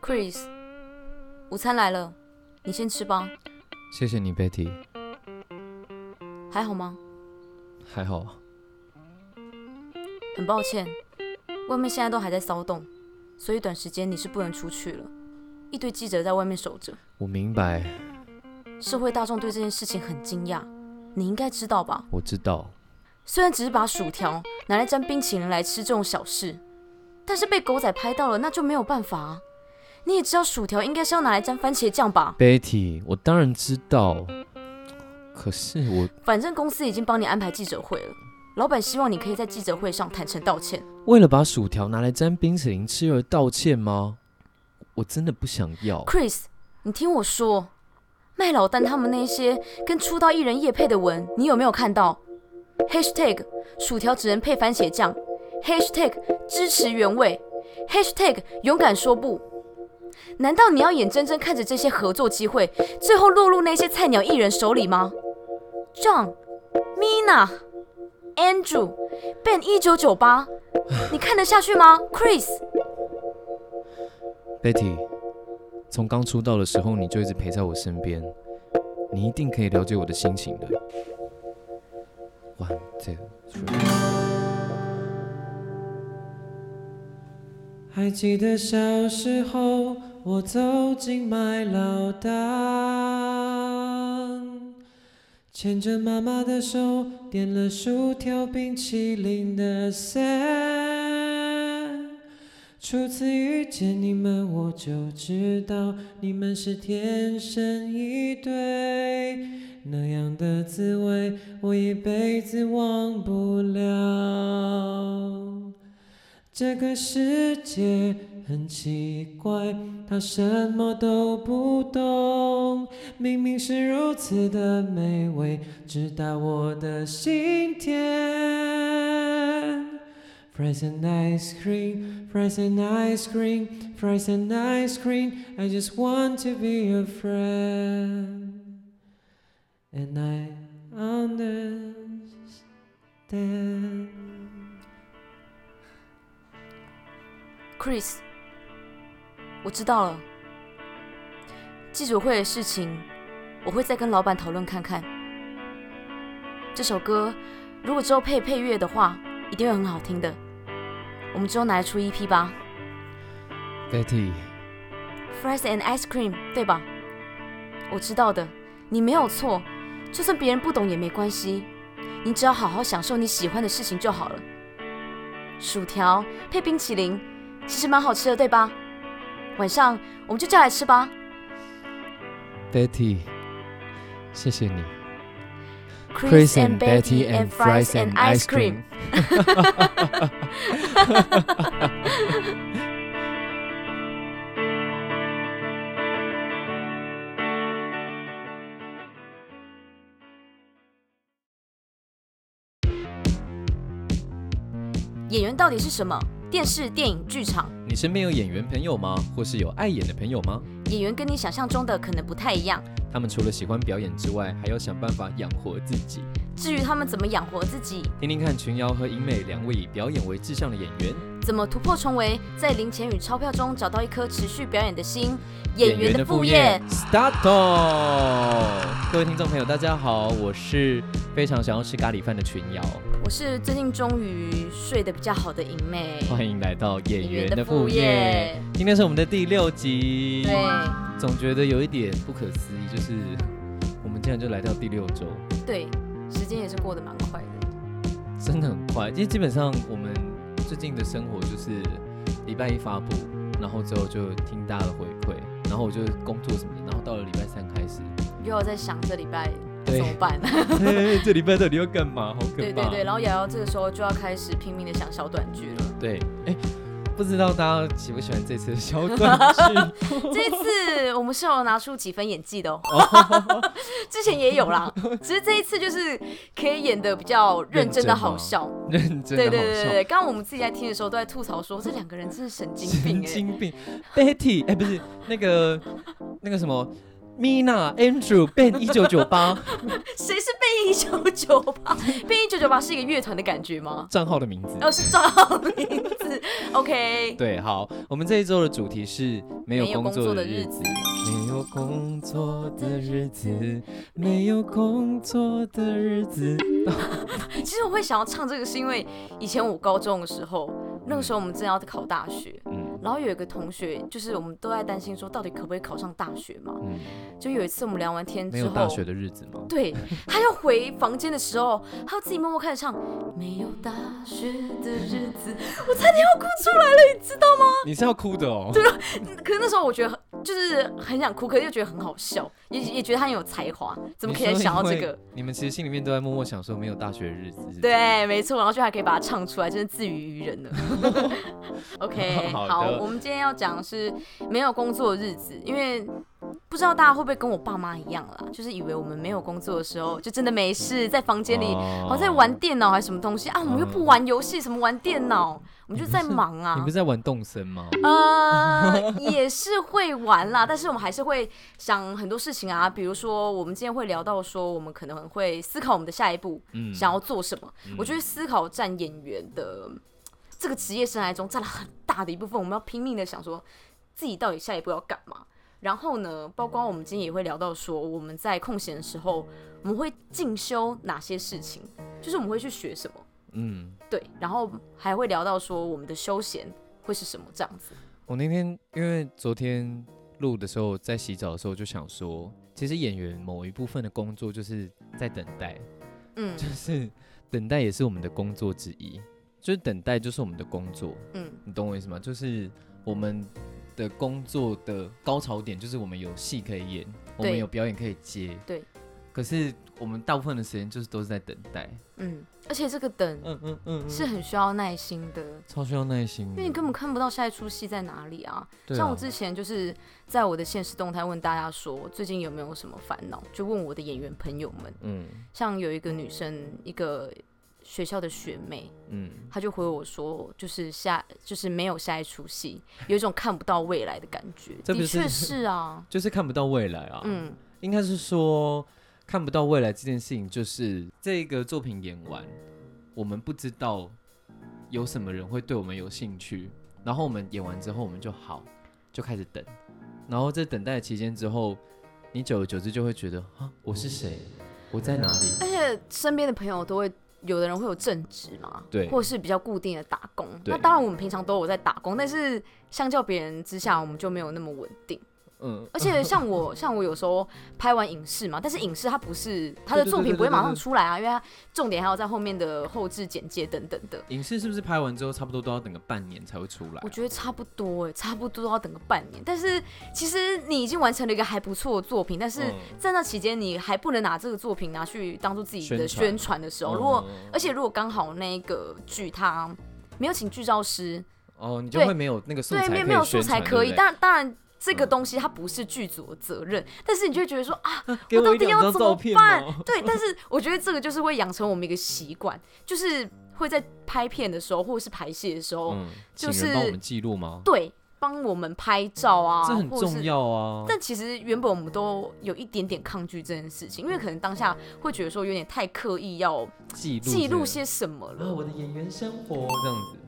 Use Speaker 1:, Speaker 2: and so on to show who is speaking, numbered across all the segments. Speaker 1: Chris，午餐来了，你先吃吧。
Speaker 2: 谢谢你，Betty。
Speaker 1: 还好吗？
Speaker 2: 还好，
Speaker 1: 很抱歉，外面现在都还在骚动，所以短时间你是不能出去了。一堆记者在外面守着，
Speaker 2: 我明白，
Speaker 1: 社会大众对这件事情很惊讶，你应该知道吧？
Speaker 2: 我知道。
Speaker 1: 虽然只是把薯条拿来沾冰淇淋来吃这种小事，但是被狗仔拍到了，那就没有办法啊。你也知道薯条应该是要拿来沾番茄酱吧？
Speaker 2: Betty，我当然知道，可是我
Speaker 1: 反正公司已经帮你安排记者会了，老板希望你可以在记者会上坦诚道歉。
Speaker 2: 为了把薯条拿来沾冰淇淋吃而道歉吗？我真的不想要。
Speaker 1: Chris，你听我说，麦老丹他们那些跟出道艺人叶配的文，你有没有看到？#hashtag 薯条只能配番茄酱，#hashtag 支持原味，#hashtag 勇敢说不。难道你要眼睁睁看着这些合作机会最后落入那些菜鸟艺人手里吗？John、Mina、Andrew、Ben 一九九八，你看得下去吗？Chris，
Speaker 2: Betty，从刚出道的时候你就一直陪在我身边，你一定可以了解我的心情的。One, two, three。
Speaker 3: 还记得小时候，我走进麦老档，牵着妈妈的手，点了薯条冰淇淋的 Sam。初次遇见你们，我就知道你们是天生一对，那样的滋味我一辈子忘不了。这个世界很奇怪，他什么都不懂。明明是如此的美味，直达我的心田。Fries and ice cream, fries and ice cream, fries and ice cream. I just want to be your friend. And I understand.
Speaker 1: Chris，我知道了。记者会的事情，我会再跟老板讨论看看。这首歌如果之后配配乐的话，一定会很好听的。我们之后拿来出 EP 吧
Speaker 2: Betty，
Speaker 1: ，Fries and Ice Cream，对吧？我知道的，你没有错。就算别人不懂也没关系，你只要好好享受你喜欢的事情就好了。薯条配冰淇淋，其实蛮好吃的，对吧？晚上我们就叫来吃吧。
Speaker 2: Betty，谢谢你。
Speaker 1: Chris and Betty and fries and ice cream。演员到底是什么？电视、电影、剧场，
Speaker 2: 你身边有演员朋友吗？或是有爱演的朋友吗？
Speaker 1: 演员跟你想象中的可能不太一样。
Speaker 2: 他们除了喜欢表演之外，还要想办法养活自己。
Speaker 1: 至于他们怎么养活自己，
Speaker 2: 听听看群瑶和银美两位以表演为志向的演员，
Speaker 1: 怎么突破重围，在零钱与钞票中找到一颗持续表演的心，员副
Speaker 2: start。各位听众朋友，大家好，我是非常想要吃咖喱饭的群瑶，
Speaker 1: 我是最近终于睡得比较好的银妹，
Speaker 2: 欢迎来到演员的副业。。今天是我们的第六集，
Speaker 1: 对，
Speaker 2: 总觉得有一点不可思议，就是我们竟然就来到第六周，
Speaker 1: 对，时间也是过得蛮快的。
Speaker 2: 真的很快。因为基本上我们最近的生活就是礼拜一发布，然后之后就听大家的回馈，然后我就工作什么的，然后到了礼拜三开始，
Speaker 1: 又要在想这礼拜
Speaker 2: 对
Speaker 1: 怎么办？
Speaker 2: 嘿， 这礼拜到底要干嘛？好可怕！
Speaker 1: 对对对，然后瑶瑶这个时候就要开始拼命的想小短剧 了。
Speaker 2: 对，哎、不知道大家喜不喜欢这次的小短剧？
Speaker 1: 这一次我们是有拿出几分演技的 哦，之前也有啦，只是这一次就是可以演的比较认真的好笑。
Speaker 2: 认真的
Speaker 1: 对对
Speaker 2: 好笑。
Speaker 1: 对对对，刚刚我们自己在听的时候都在吐槽说这两个人真是神经病
Speaker 2: 神
Speaker 1: 哎、
Speaker 2: 经病，Betty，哎、不是那个那个什么 Mina Andrew Ben 一九九八
Speaker 1: 谁是贝一九九八？ 贝一九九八是一个乐团的感觉吗？
Speaker 2: 账号的名字。
Speaker 1: 哦，是账号名 字。OK，
Speaker 2: 对，好，我们这一周的主题是没有
Speaker 1: 没有
Speaker 2: 工
Speaker 1: 工
Speaker 2: 作
Speaker 1: 作
Speaker 2: 的
Speaker 1: 的
Speaker 2: 日
Speaker 1: 日
Speaker 2: 子
Speaker 1: 子，
Speaker 2: 没有工作的日子，没有工作的日子。
Speaker 1: 其实我会想要唱这个，是因为以前我高中的时候，那个时候我们正要考大学，
Speaker 2: 嗯
Speaker 1: 然后有一个同学，就是我们都在担心说，到底可不可以考上大学嘛？
Speaker 2: 嗯，
Speaker 1: 就有一次我们聊完天
Speaker 2: 没
Speaker 1: 之
Speaker 2: 有
Speaker 1: 后，
Speaker 2: 大学的日子吗？
Speaker 1: 对，他要回房间的时候，他要自己默默开始唱《没有大学的日子》，我差点要哭出来了，你知道吗？
Speaker 2: 你是要哭的 哦。
Speaker 1: 可是那时候我觉得很就是很想哭，可是又觉得很好笑，也也觉得他很有才华，怎么可以想到这
Speaker 2: 你说因
Speaker 1: 个
Speaker 2: 为？你们其实心里面都在默默享受没有大学的日子。是这样，
Speaker 1: 对，没错，然后就还可以把它唱出来，真是自娱于人了。OK，
Speaker 2: 好的
Speaker 1: 好，我们今天要讲的是没有工作的日子，因为不知道大家会不会跟我爸妈一样啦，就是以为我们没有工作的时候就真的没事，在房间里
Speaker 2: 哦
Speaker 1: 好像在玩电脑还是什么东西啊，我们又不玩游戏，什么玩电脑，我们就在忙
Speaker 2: 你
Speaker 1: 啊
Speaker 2: 不是。在玩动森吗？
Speaker 1: 呃，也是会玩啦，但是我们还是会想很多事情啊，比如说我们今天会聊到说，我们可能会思考我们的下一步，
Speaker 2: 嗯，
Speaker 1: 想要做什么。
Speaker 2: 嗯
Speaker 1: 我觉得思考占演员的这个职业生涯中占了很大的一部分，我们要拼命的想说自己到底下一步要干嘛。然后呢，包括我们今天也会聊到说，我们在空闲的时候，我们会进修哪些事情，就是我们会去学什么，
Speaker 2: 嗯。
Speaker 1: 对，然后还会聊到说我们的休闲会是什么这样子。
Speaker 2: 我那天因为昨天录的时候，在洗澡的时候就想说，其实演员某一部分的工作就是在等待，
Speaker 1: 嗯
Speaker 2: 就是等待也是我们的工作之一，就是等待就是我们的工作，
Speaker 1: 嗯
Speaker 2: 你懂我意思吗？就是我们的工作的高潮点就是我们有戏可以演，我们
Speaker 1: 对
Speaker 2: 有表演可以接，
Speaker 1: 对。
Speaker 2: 可是我们大部分的时间就是都是在等待，
Speaker 1: 嗯，而且这个等
Speaker 2: 嗯嗯嗯，
Speaker 1: 是很需要耐心的，
Speaker 2: 超需要耐心的，
Speaker 1: 因为你根本看不到下一出戏在哪里啊。
Speaker 2: 对啊
Speaker 1: 像我之前就是在我的现实动态问大家说，最近有没有什么烦恼，就问我的演员朋友们。
Speaker 2: 嗯
Speaker 1: 像有一个女生，一个学校的学妹，
Speaker 2: 嗯
Speaker 1: 她就回我说，就是下就是没有下一出戏，有一种看不到未来的感觉。
Speaker 2: 这不
Speaker 1: 的
Speaker 2: 是
Speaker 1: 确是啊，
Speaker 2: 就是看不到未来啊，
Speaker 1: 嗯，
Speaker 2: 应该是说看不到未来这件事情，就是这个作品演完，我们不知道有什么人会对我们有兴趣，然后我们演完之后，我们就好就开始等，然后在等待的期间之后，你久而久之就会觉得啊，我是谁，我在哪里？
Speaker 1: 而且身边的朋友都会。有的人会有正职嘛，
Speaker 2: 对
Speaker 1: 或者是比较固定的打工。
Speaker 2: 对
Speaker 1: 那当然，我们平常都有在打工，但是相较别人之下，我们就没有那么稳定。
Speaker 2: 嗯，
Speaker 1: 而 且像我，像我有时候拍完影视嘛，但是影视它不是它的
Speaker 2: 对对对
Speaker 1: 作品不会
Speaker 2: 对对
Speaker 1: 马上
Speaker 2: 对
Speaker 1: 出来啊，因为它重点还要在后面的后置剪接等等的。
Speaker 2: 影视是不是拍完之后差不多都要等个半年才会出来
Speaker 1: 我？觉得差不多哎、差不多都要等个半年。但是其实你已经完成了一个还不错的作品，但是
Speaker 2: 嗯
Speaker 1: 在那期间你还不能拿这个作品拿去当做自己的
Speaker 2: 宣传
Speaker 1: 宣传的时候，
Speaker 2: 嗯
Speaker 1: 如果而且如果刚好那个剧它没有请剧照师，
Speaker 2: 哦，你就
Speaker 1: 对
Speaker 2: 会没有那个素材
Speaker 1: 对，
Speaker 2: 可以宣传，
Speaker 1: 没有没有素材可以，
Speaker 2: 对不对
Speaker 1: 当然当然。这个
Speaker 2: 嗯
Speaker 1: 东西它不是剧组的责任，但是你就会觉得说啊，
Speaker 2: 给
Speaker 1: 我到
Speaker 2: 我一
Speaker 1: 底
Speaker 2: 两
Speaker 1: 要
Speaker 2: 张
Speaker 1: 怎
Speaker 2: 照
Speaker 1: 么
Speaker 2: 片哦
Speaker 1: 办
Speaker 2: 吗？
Speaker 1: 对，但是我觉得这个就是会养成我们一个习惯，就是会在拍片的时候或者是排戏的时候，
Speaker 2: 嗯，
Speaker 1: 就
Speaker 2: 请人帮我
Speaker 1: 是
Speaker 2: 们记录吗？
Speaker 1: 对，帮我们拍照啊，
Speaker 2: 这很
Speaker 1: 或者
Speaker 2: 重
Speaker 1: 是。
Speaker 2: 要啊。
Speaker 1: 但其实原本我们都有一点点抗拒这件事情，因为可能当下会觉得说有点太刻意要
Speaker 2: 记录
Speaker 1: 记录
Speaker 2: 这个
Speaker 1: 些什么
Speaker 3: 啊，
Speaker 1: 了。
Speaker 3: 我的演员生活，
Speaker 2: 这样子，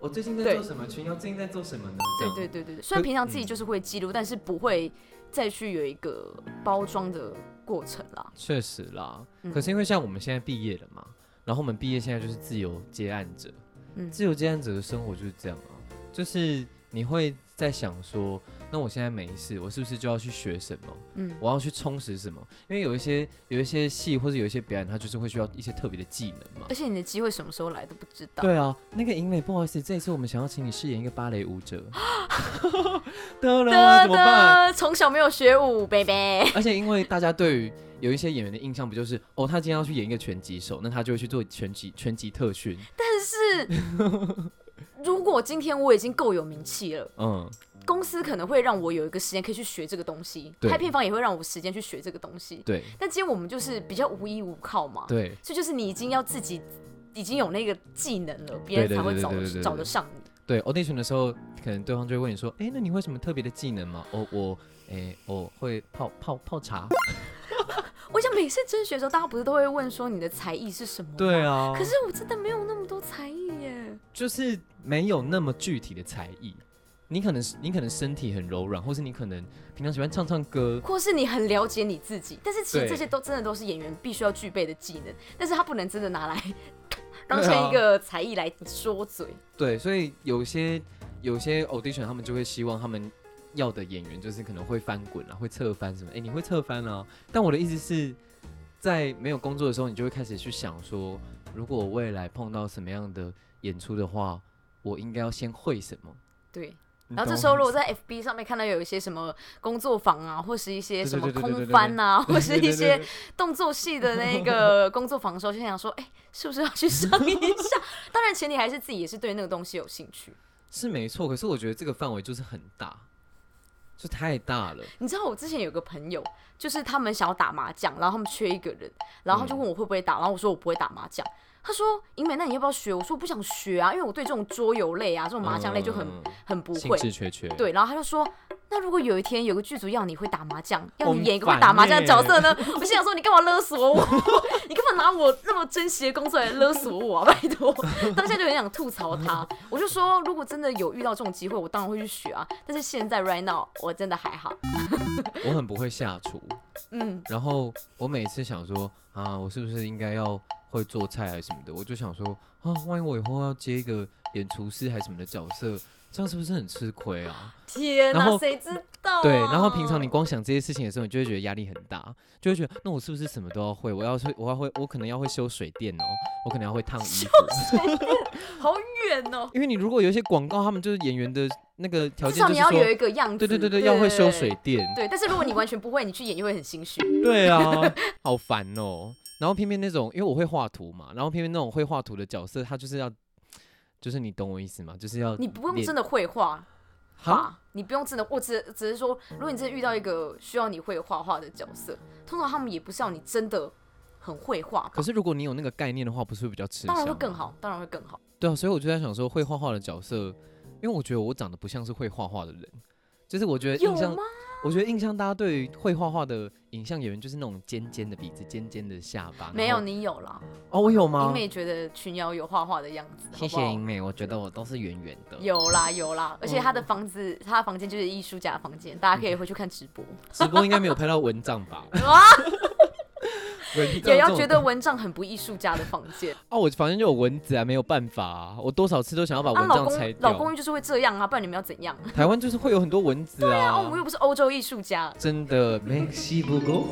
Speaker 3: 我最近在
Speaker 1: 对
Speaker 3: 做什么？群瑶最近在做什么呢？这
Speaker 1: 对
Speaker 3: 样
Speaker 1: 对对对，对虽然
Speaker 2: 可
Speaker 1: 平常自己
Speaker 2: 嗯
Speaker 1: 就是会记录，但是不会再去有一个包装的过程啦。
Speaker 2: 确实啦。
Speaker 1: 嗯
Speaker 2: 可是因为像我们现在毕业了嘛，然后我们毕业现在就是自由接案者，
Speaker 1: 嗯
Speaker 2: 自由接案者的生活就是这样啊，就是你会在想说，那我现在没事，我是不是就要去学什么？
Speaker 1: 嗯
Speaker 2: 我要去充实什么？因为有一些有一些戏或者有一些表演，它就是会需要一些特别的技能嘛
Speaker 1: 而。且你的机会什么时候来都不知道。
Speaker 2: 对啊，那个银美，不好意思，这一次我们想要请你饰演一个芭蕾舞 者。得了，怎么办？
Speaker 1: 的，从小没有学舞，baby。
Speaker 2: 而且因为大家对于有一些演员的印象，不就是哦，他今天要去演一个拳击手，那他就会去做拳击拳击特 训，
Speaker 1: 但是如果今天我已经够有名气了，
Speaker 2: 嗯，
Speaker 1: 公司可能会让我有一个时间可以去学这个东西，
Speaker 2: 对
Speaker 1: 拍片方也会让我时间去学这个东西。
Speaker 2: 对
Speaker 1: 但今天我们就是比较无依无靠嘛，
Speaker 2: 对，
Speaker 1: 所以就是你已经要自己已经有那个技能了，别人才会
Speaker 2: 对对对
Speaker 1: 找
Speaker 2: 对对对
Speaker 1: 得
Speaker 2: 对
Speaker 1: 找得上你。
Speaker 2: 对 audition 的时候，可能对方哦就会问你说：“哎、那你会什么特别的技能吗？”哦，我，哎、我会泡泡泡茶。
Speaker 1: 我想每次甄选的时候，大家不是都会问说你的才艺是什么？
Speaker 2: 对。啊，
Speaker 1: 可是我真的没有那么多才艺耶。
Speaker 2: 就是没有那么具体的才艺。你可能是你可能身体很柔软，或是你可能平常喜欢唱唱歌，
Speaker 1: 或是你很了解你自己，但是其实
Speaker 2: 对
Speaker 1: 这些都真的都是演员必须要具备的技能，但是他不能真的拿 来当
Speaker 2: 对啊
Speaker 1: 成一个才艺来说嘴。
Speaker 2: 对，所以有些有些 audition 他们就会希望他们要的演员就是可能会翻滚啊，会侧翻什么。哎、你会侧翻啊？但我的意思是在没有工作的时候，你就会开始去想说，如果我未来碰到什么样的演出的话，我应该要先会什么。
Speaker 1: 对。
Speaker 2: 你
Speaker 1: 然后
Speaker 2: 懂
Speaker 1: 这时候
Speaker 2: 我意
Speaker 1: 如果
Speaker 2: 思
Speaker 1: 在 FB 上面看到有一些什么工作坊啊，或是一些
Speaker 2: 对
Speaker 1: 什
Speaker 2: 对
Speaker 1: 么
Speaker 2: 对对对对
Speaker 1: 空
Speaker 2: 对
Speaker 1: 翻啊，或是
Speaker 2: 对对
Speaker 1: 一
Speaker 2: 对
Speaker 1: 些
Speaker 2: 对
Speaker 1: 动作戏的那 个工作坊的时候，就想说，哎、是不是要去上一下？当然，前提还是自己也是对那个东西有兴趣。
Speaker 2: 是没错，可是我觉得这个范围就是很大，就太大了。
Speaker 1: 你知道我之前有个朋友，就是他们想要打麻将，然后他们缺一个人，然后
Speaker 2: 嗯
Speaker 1: 他就问我会不会打，然后我说我不会打麻将。他说：“英美，那你要不要学？”我说：“我不想学啊，因为我对这种桌游类啊、这种麻将类就很、
Speaker 2: 嗯
Speaker 1: 很不
Speaker 2: 兴
Speaker 1: 会。
Speaker 2: 致缺缺。”，
Speaker 1: 对，然后他就说：“那如果有一天有个剧组要你会打麻将，要
Speaker 2: 很
Speaker 1: 你演一个会
Speaker 2: 烦欸
Speaker 1: 打麻将的
Speaker 2: 耶
Speaker 1: 角色呢？” 我心想说：“你干嘛勒索我？ 你干嘛拿我那么珍惜的工作来勒索我啊？ 拜托！”当下就很想吐槽他。我就说：“如果真的有遇到这种机会，我当然会去学啊。但是现在 right now 我真的还好。”
Speaker 2: 我很不会下厨，
Speaker 1: 嗯，
Speaker 2: 然后我每次想说啊，我是不是应该要会做菜还是什么的？我就想说啊，万一我以后要接一个演厨师还是什么的角色，这样是不是很吃亏啊？
Speaker 1: 天
Speaker 2: 然
Speaker 1: 哪，
Speaker 2: 后
Speaker 1: 谁知道、啊？
Speaker 2: 对，然后平常你光想这些事情的时候，你就会觉得压力很大，就会觉得那我是不是什么都要会？我要会，我要会，我可能要会修水电哦，我可能要会烫衣服。
Speaker 1: 好远哦，
Speaker 2: 因为你如果有一些广告，他们就是演员的那个条
Speaker 1: 至
Speaker 2: 件
Speaker 1: 少
Speaker 2: 就
Speaker 1: 你
Speaker 2: 是
Speaker 1: 要
Speaker 2: 说，
Speaker 1: 有一个样子。
Speaker 2: 对对对对，要会修水。电。
Speaker 1: 对，但是如果你完全不会，你去演就会很心虚。
Speaker 2: 对啊， 好烦哦。然后偏偏那种，因为我会画图嘛，然后偏偏那种会画图的角色，他就是要，就是你懂我意思吗？就是要
Speaker 1: 你不用
Speaker 2: 脸
Speaker 1: 真的会画
Speaker 2: 哈，
Speaker 1: 画，你不用真的，我只只是说，如果你真的遇到一个需要你会画画的角色，通常他们也不是要你真的很会画吧
Speaker 2: 可。是啊如果你有那个概念的话，不是会比较吃香？
Speaker 1: 当然会更。好，当然会更好。
Speaker 2: 对啊，所以我就在想说，会画画的角色，因为我觉得我长得不像是会画画的人，就是我觉得
Speaker 1: 有
Speaker 2: 呃印象
Speaker 1: 吗，？
Speaker 2: 我觉得印象大家对于会画画的影像演员就是那种尖尖的鼻子、尖尖的下巴。
Speaker 1: 没
Speaker 2: 然
Speaker 1: 有，
Speaker 2: 后
Speaker 1: 你有啦。
Speaker 2: 哦，我有
Speaker 1: 英
Speaker 2: 吗？
Speaker 1: 美觉得群瑶有画画的样子，好
Speaker 2: 谢
Speaker 1: 不
Speaker 2: 谢
Speaker 1: 好
Speaker 2: 英妹，我觉得我都是圆圆的。
Speaker 1: 有啦有啦，而且他的
Speaker 2: 嗯
Speaker 1: 房子，他的房间就是艺术家的房间，大家可以回去看直播。
Speaker 2: 直播应该没有拍到蚊帐吧？
Speaker 1: 哇，
Speaker 2: 蚊帐
Speaker 1: 也
Speaker 2: 这
Speaker 1: 要
Speaker 2: 种
Speaker 1: 觉得蚊帐很不艺术家的房间。
Speaker 2: 啊，我房间就有蚊子啊，没有办法、啊，我多少次都想要把
Speaker 1: 啊，
Speaker 2: 蚊
Speaker 1: 老
Speaker 2: 帐拆
Speaker 1: 公
Speaker 2: 掉。
Speaker 1: 老公寓就是会这样啊，不然你们要怎样？
Speaker 2: 台湾就是会有很多蚊子啊，
Speaker 1: 哦，我又不是欧洲艺术家。
Speaker 2: 真的没西不够。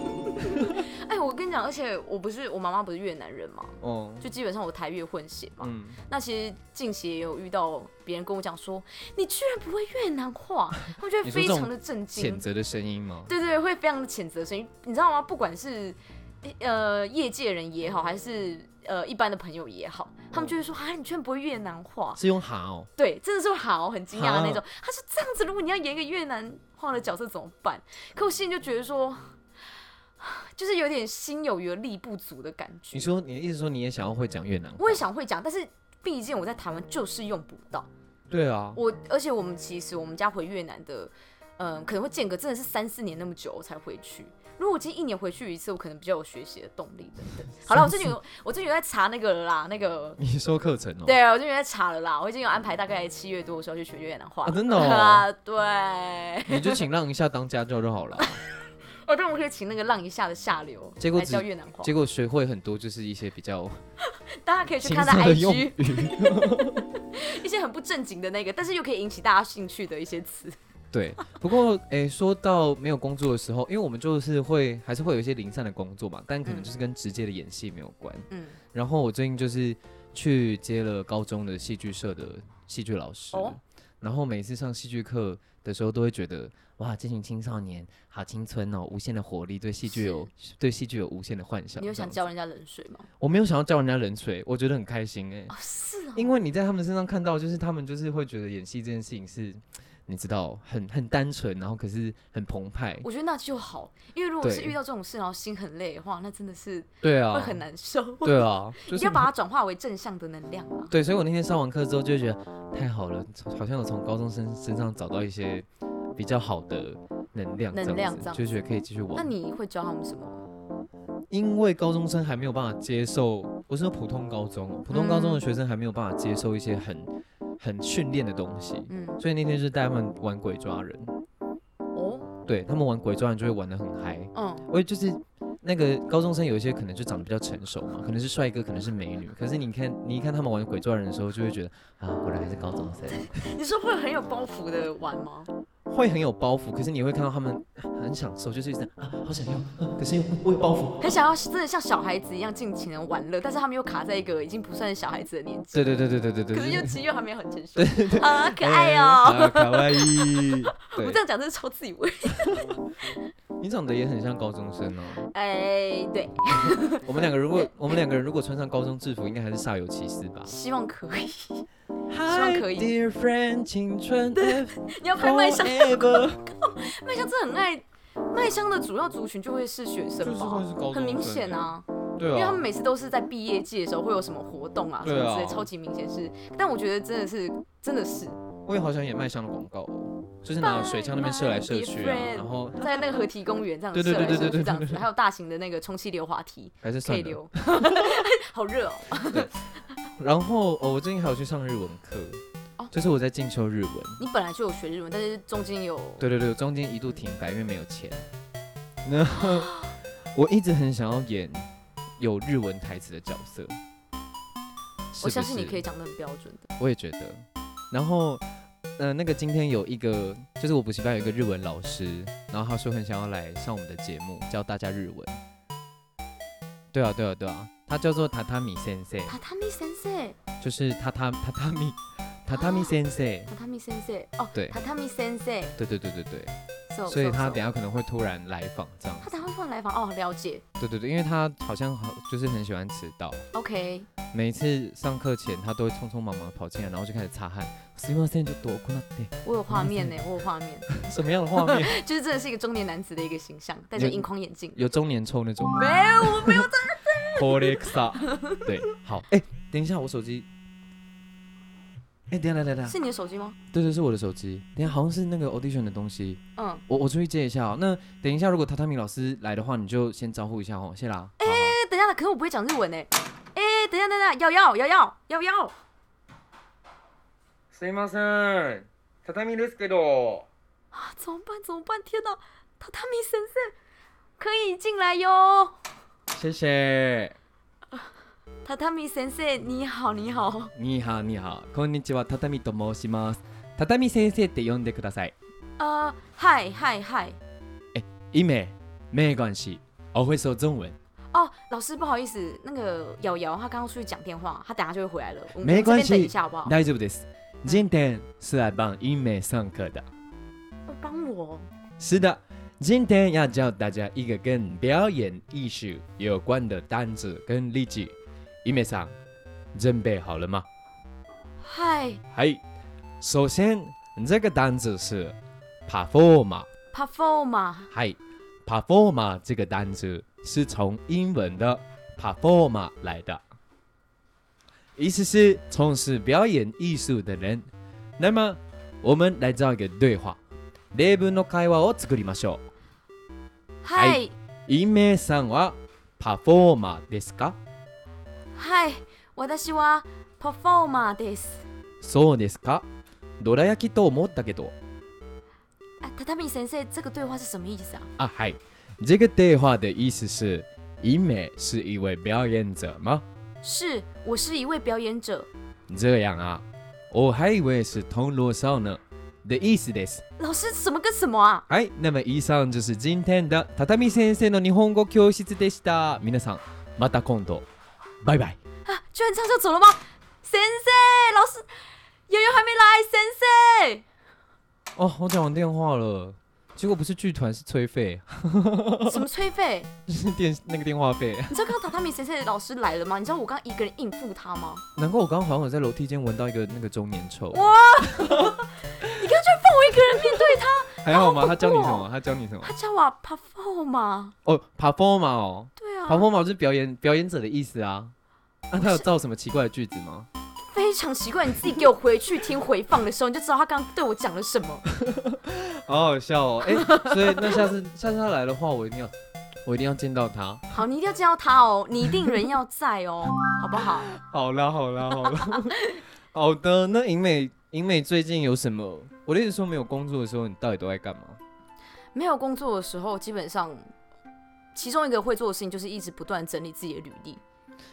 Speaker 1: 哎，我跟你讲，而且我不是我妈妈不是越南人嘛，
Speaker 2: 哦，
Speaker 1: 就基本上我台越混血嘛。
Speaker 2: 嗯，
Speaker 1: 那其实近期也有遇到别人跟我讲说，你居然不会越南话，他们就
Speaker 2: 你
Speaker 1: 会
Speaker 2: 说
Speaker 1: 非
Speaker 2: 这种
Speaker 1: 常的震惊
Speaker 2: 谴。责的声音吗？
Speaker 1: 对对，会非常的谴责声音，你知道吗？不管是呃业界人也好，还是呃一般的朋友也好，他们就会说啊，你居然不会越南话，
Speaker 2: 是用哈哦，
Speaker 1: 对，真的是好很惊讶的那种
Speaker 2: 啊。
Speaker 1: 他说这样子，如果你要演一个越南话的角色怎么办？可我心里就觉得说，就是有点心有余而力不足的感觉
Speaker 2: 你。说你的意思说你也想要会讲越南话？
Speaker 1: 我也想会讲，但是毕竟我在台湾就是用不到。
Speaker 2: 对啊，
Speaker 1: 我而且我们其实我们家回越南的，嗯、可能会间隔真的是三四年那么久我才回去。如果我今天一年回去一次，我可能比较有学习的动力等等。好了，我最近有我最近有在查那个了啦，那个
Speaker 2: 你说课程哦，
Speaker 1: 对我最近有在查了啦，我已经有安排大概七月多的时候去学越南话
Speaker 2: 啊，
Speaker 1: 了。
Speaker 2: 真的哦，
Speaker 1: 啊，对，
Speaker 2: 你就请让一下当家教就 好了啊。
Speaker 1: 哦，对，我们可以请那个浪一下的下流
Speaker 2: 结果
Speaker 1: 来教
Speaker 2: 只
Speaker 1: 越南话，
Speaker 2: 结果学会很多就是一些比较
Speaker 1: 大家可以去
Speaker 2: 轻
Speaker 1: 看他
Speaker 2: 松的用
Speaker 1: IG
Speaker 2: 语，
Speaker 1: 一些很不正经的那个，但是又可以引起大家兴趣的一些词。
Speaker 2: 对，不过诶、说到没有工作的时候，因为我们就是会还是会有一些零散的工作嘛，但可能
Speaker 1: 嗯
Speaker 2: 就是跟直接的演戏没有关。
Speaker 1: 嗯，
Speaker 2: 然后我最近就是去接了高中的戏剧社的戏剧老师，
Speaker 1: 哦
Speaker 2: 然后每次上戏剧课的时候，都会觉得哇，这群青少年好青春哦，无限的活力，对戏剧有对戏剧有无限的幻想。
Speaker 1: 你有想
Speaker 2: 这样
Speaker 1: 教人
Speaker 2: 子？
Speaker 1: 家冷水吗？
Speaker 2: 我没有想要教人家冷水，我觉得很开心哎、
Speaker 1: 哦，是哦，
Speaker 2: 因为你在他们身上看到，就是他们就是会觉得演戏这件事情是你知道，很很单纯，然后可是很澎湃。
Speaker 1: 我觉得那就好，因为如果是
Speaker 2: 对
Speaker 1: 遇到这种事，然后心很累的话，那真的是
Speaker 2: 对
Speaker 1: 会
Speaker 2: 啊，
Speaker 1: 很难受。
Speaker 2: 对啊，就
Speaker 1: 你
Speaker 2: 是
Speaker 1: 要把它转化为正向的能量啊！
Speaker 2: 对，所以我那天上完课之后就觉得太好了，好像有从高中生身上找到一些比较好的能量，
Speaker 1: 能
Speaker 2: 这样
Speaker 1: 量
Speaker 2: 子
Speaker 1: 这样
Speaker 2: 就觉得可以继续往
Speaker 1: 那。你会教他们什么？
Speaker 2: 因为高中生还没有办法接受，我是说普通高中哦，普通高
Speaker 1: 嗯
Speaker 2: 中的学生还没有办法接受一些很很训练的东西，
Speaker 1: 嗯，
Speaker 2: 所以那天就是带他们玩鬼抓人，
Speaker 1: 哦，
Speaker 2: 对他们玩鬼抓人就会玩得很嗨。
Speaker 1: 嗯，
Speaker 2: 我也就是那个高中生有一些可能就长得比较成熟嘛，可能是帅哥，可能是美女，可是你看你一看他们玩鬼抓人的时候，就会觉得啊，果然还是高中生。
Speaker 1: 你说会很有包袱的玩吗？
Speaker 2: 会很有包袱，可是你会看到他们很享受，就是一直啊，好想要，啊可是又我有包袱。
Speaker 1: 很想要真的像小孩子一样尽情的玩乐，但是他们又卡在一个已经不算是小孩子的年纪，
Speaker 2: 对对对对对对对。
Speaker 1: 可是
Speaker 2: 就
Speaker 1: 又
Speaker 2: 是
Speaker 1: 其实又还没有很成熟，好可爱
Speaker 2: 哎
Speaker 1: 哦、
Speaker 2: 好可 爱。
Speaker 1: 我
Speaker 2: 对
Speaker 1: 这，样讲真是超自以为。
Speaker 2: 你长得也很像高中生哦。
Speaker 1: 哎，对，
Speaker 2: 我们两个如果我们两个人如果穿上高中制服，应该还是煞有其事吧？
Speaker 1: 希望可以。 望
Speaker 2: Hi,
Speaker 1: 可以
Speaker 2: dear friend，青春的
Speaker 1: 你要
Speaker 2: 哦
Speaker 1: 拍麦香，
Speaker 2: 哎 forever。
Speaker 1: 麦香真的很爱。麦香的主要族群就会是学生
Speaker 2: 就是
Speaker 1: 吧
Speaker 2: 会是高，中
Speaker 1: 很明
Speaker 2: 生
Speaker 1: 显
Speaker 2: 欸
Speaker 1: 啊，因
Speaker 2: 对
Speaker 1: 为他
Speaker 2: 啊
Speaker 1: 们，每次都是在毕业季的时候会有什么活动啊，什
Speaker 2: 对
Speaker 1: 么之类，
Speaker 2: 啊
Speaker 1: 超级明显是。但我觉得真的是，真的是
Speaker 2: 我也好想演麦香的广告哦，就是拿水枪那边射来射去啊
Speaker 1: Bye, my，dear
Speaker 2: 然后
Speaker 1: 在那个河堤公园这样
Speaker 2: 对
Speaker 1: 子
Speaker 2: 对
Speaker 1: 射
Speaker 2: 对
Speaker 1: 来射
Speaker 2: 对对
Speaker 1: 去
Speaker 2: 对
Speaker 1: 这样
Speaker 2: 对
Speaker 1: 子，
Speaker 2: 对
Speaker 1: 还有大型的那个充气溜滑梯
Speaker 2: 还是
Speaker 1: 可
Speaker 2: 算
Speaker 1: 以
Speaker 2: 了。
Speaker 1: 溜， 好热哦。
Speaker 2: 然后哦，我最近还有去上日文课
Speaker 1: 哦，
Speaker 2: 就是我在进修日文。
Speaker 1: 你本来就有学日文，但是中间有
Speaker 2: 对对对，中间一度停摆，因为没有钱。然后 我一直很想要演有日文台词的角色，
Speaker 1: 我
Speaker 2: 是不
Speaker 1: 相信你
Speaker 2: 是
Speaker 1: 可以，讲的很标准的。
Speaker 2: 我也觉得。然后，呃，那个今天有一个，就是我补习班有一个日文老师，然后他说很想要来上我们的节目，教大家日文。对啊，对啊，对啊，他叫做榻榻米先生，
Speaker 1: 榻榻米先生，
Speaker 2: 就是榻榻榻 榻米榻榻米先生。
Speaker 1: 榻榻米先生，哦，
Speaker 2: 对
Speaker 1: 榻榻米先生，
Speaker 2: 对对对对对，
Speaker 1: so-
Speaker 2: 所以
Speaker 1: so-
Speaker 2: 他
Speaker 1: so
Speaker 2: 等一下可能会突然来访这样
Speaker 1: 他打算放来访哦，了解
Speaker 2: 对对对，因为他好像好就是很喜欢迟到，
Speaker 1: ，OK，
Speaker 2: 每一次上课前他都会匆匆忙忙跑进来，然后就开始擦汗。すみません、ちょっとこんなって
Speaker 1: 我有画面
Speaker 2: 嗯
Speaker 1: 呢，我有画面，
Speaker 2: 什么样的画面？
Speaker 1: 就是真的是一个中年男子的一个形象，戴着
Speaker 2: 有
Speaker 1: 银框眼镜，
Speaker 2: 有中年臭那种。
Speaker 1: 没有，我没有在，
Speaker 2: コレクサ。对，好，哎、等一下，我手机。哎、等一下，等一下，等一下
Speaker 1: 是，你的手机吗？
Speaker 2: 对对，是我的手机。等一下，好像是那个 audition 的东西，
Speaker 1: 嗯，
Speaker 2: 我我出去接一下、哦。那等一下，如果榻榻米老师来的话，你就先招呼一下哦，谢啦。好好
Speaker 1: 哎，等一下，可是我不会讲日文呢，哎，等一下，等一下，瑶瑶，瑶瑶，瑶瑶，
Speaker 4: すいません畳ですけど
Speaker 1: 啊，怎么办？怎么办？天哪，榻榻米先生可以进来哟，
Speaker 2: 谢谢。
Speaker 1: 榻榻米先生你好，你好，
Speaker 2: 你好，你好，こんにちは、畳と申します。畳先生って呼んでください。
Speaker 1: 呃，嗨嗨嗨，
Speaker 2: 因为没关系，我会说中文。
Speaker 1: 哦，老师不好意思，那个瑶瑶她刚刚出去讲电话，她等下就会回来了，我们我
Speaker 2: 没
Speaker 1: 们这边
Speaker 2: 关系
Speaker 1: 等一下好不好？
Speaker 2: 大丈夫です。今天是来帮英美上课的。
Speaker 1: 哦帮我。
Speaker 2: 是的，今天要教大家一个跟表演艺术有关的单词跟例句。英美上，准备好了吗？
Speaker 1: 嗨
Speaker 2: 嗨，首先这个单词是 performer。
Speaker 1: ，performer，
Speaker 2: 嗨，performer 这个单词是从英文的 performer 来的，意思是从事表演艺术的人。那么，我们来造一个对话。例文の会話を作りましょ
Speaker 1: 嗨
Speaker 2: う。イメさんはパフォーマーですか？
Speaker 1: 嗨，我的是哇 performer this，
Speaker 2: そうですか？どら焼きと思ったけど。
Speaker 1: 啊，榻榻米先生，这个对话是什么意思啊？
Speaker 2: 啊嗨，这个对话的意思是，イメ是一位表演者吗？
Speaker 1: 是我是一位表演者，
Speaker 2: 这样啊，我还以为是铜锣烧呢。的意思です。
Speaker 1: 老师什么跟什么啊？
Speaker 2: はい、那么以上就是今天的畳先生の日本語教室でした。皆さん、また今度。バイバイ。
Speaker 1: 啊，居然这样就走了吗？先生，老师，瑶瑶还没来，先
Speaker 2: 哦，我讲完电话了，结果不是剧团是催费，
Speaker 1: 生， 什么催费？
Speaker 2: 是电那个电话费。
Speaker 1: 你知道刚刚榻榻米先生的老师来了吗？你知道我刚刚一个人应付他吗？
Speaker 2: 难怪我刚刚好像有在楼梯间闻到一个那个中年臭。
Speaker 1: 哇你刚刚居然放我一一个人面对他，
Speaker 2: 还好吗？
Speaker 1: 好
Speaker 2: 他
Speaker 1: 恐怖
Speaker 2: 教你什
Speaker 1: 哦
Speaker 2: 么？他教你什么
Speaker 1: 他？叫我 perform 嘛，
Speaker 2: 哦，performer 哦
Speaker 1: 对啊，
Speaker 2: ，performer 就是表演表演者的意思啊。那他有
Speaker 1: 是
Speaker 2: 造什么奇怪的句子吗？
Speaker 1: 非常奇怪。你自己给我回去听回放的时候，你就知道他刚刚对我讲了什么。
Speaker 2: 好好笑 哦！哎、所以那下次下次他来的话，我一定要我一定要见到他。
Speaker 1: 好，你一定要见到他哦，你一定人要在哦，好不好？
Speaker 2: 好啦好啦好啦， 好的。那银美银美最近有什么？我的意思说，没有工作的时候，你到底都在干嘛？
Speaker 1: 没有工作的时候，基本上其中一个会做的事情就是一直不断整理自己的履历，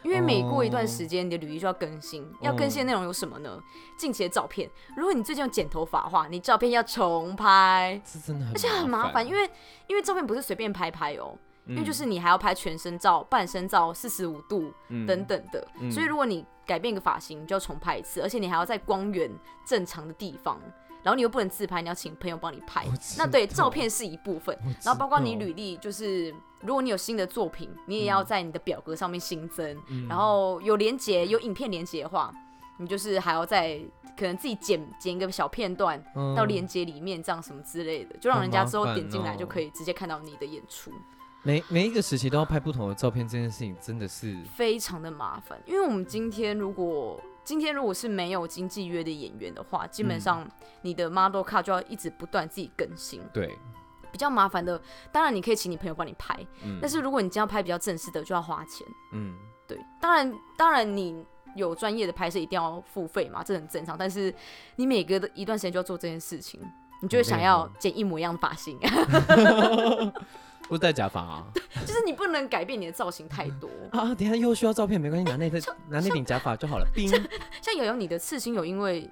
Speaker 1: 因为每过一段时间，你的履历就要更新。要更新的内容有什么呢？近期的照片，如果你最近有剪头发的话，你照片要重拍，
Speaker 2: 是真的很
Speaker 1: 而且很麻烦，因为因为照片不是随便拍拍哦、
Speaker 2: 嗯
Speaker 1: 因为就是你还要拍全身照、半身照、四十五度等等的，
Speaker 2: 嗯
Speaker 1: 所以如果你改变一个发型，你就要重拍一次，而且你还要在光源正常的地方，然后你又不能自拍，你要请朋友帮你拍
Speaker 2: 我知。
Speaker 1: 那对，
Speaker 2: 道
Speaker 1: 照片是一部分，然后包括你履历，就是如果你有新的作品，你也
Speaker 2: 嗯
Speaker 1: 要在你的表格上面新增，然后有连接、有影片连接的话，你就是还要再可能自己剪剪一个小片段到连接里面，这样什么之类的，就让
Speaker 2: 好
Speaker 1: 人家
Speaker 2: 嗯麻
Speaker 1: 之后
Speaker 2: 烦
Speaker 1: 点进来
Speaker 2: 哦
Speaker 1: 就可以直接看到你的演出。
Speaker 2: 每每一个时期都要拍不同的照片，这件事情真的是
Speaker 1: 非常的麻烦，因为我们今天如果今天如果是没有经纪约的演员的话，基
Speaker 2: 嗯
Speaker 1: 本上你的 model card 就要一直不断自己更新。
Speaker 2: 对，
Speaker 1: 比较麻烦的，当然你可以请你朋友帮你拍，
Speaker 2: 嗯
Speaker 1: 但是如果你这样拍比较正式的，就要花钱。
Speaker 2: 嗯，
Speaker 1: 对，当然当然你有专业的拍摄一定要付费嘛，这很正常。但是你每隔的一段时间就要做这件事情，你就会想要
Speaker 2: 哦
Speaker 1: 剪一模一样的发型，
Speaker 2: 不是戴假发啊
Speaker 1: 就是你不能改变你的造型太多。
Speaker 2: 啊！等一下又需要照片，没关系，拿那个拿那顶假发就好了。冰，
Speaker 1: 像友友，你的刺青有因为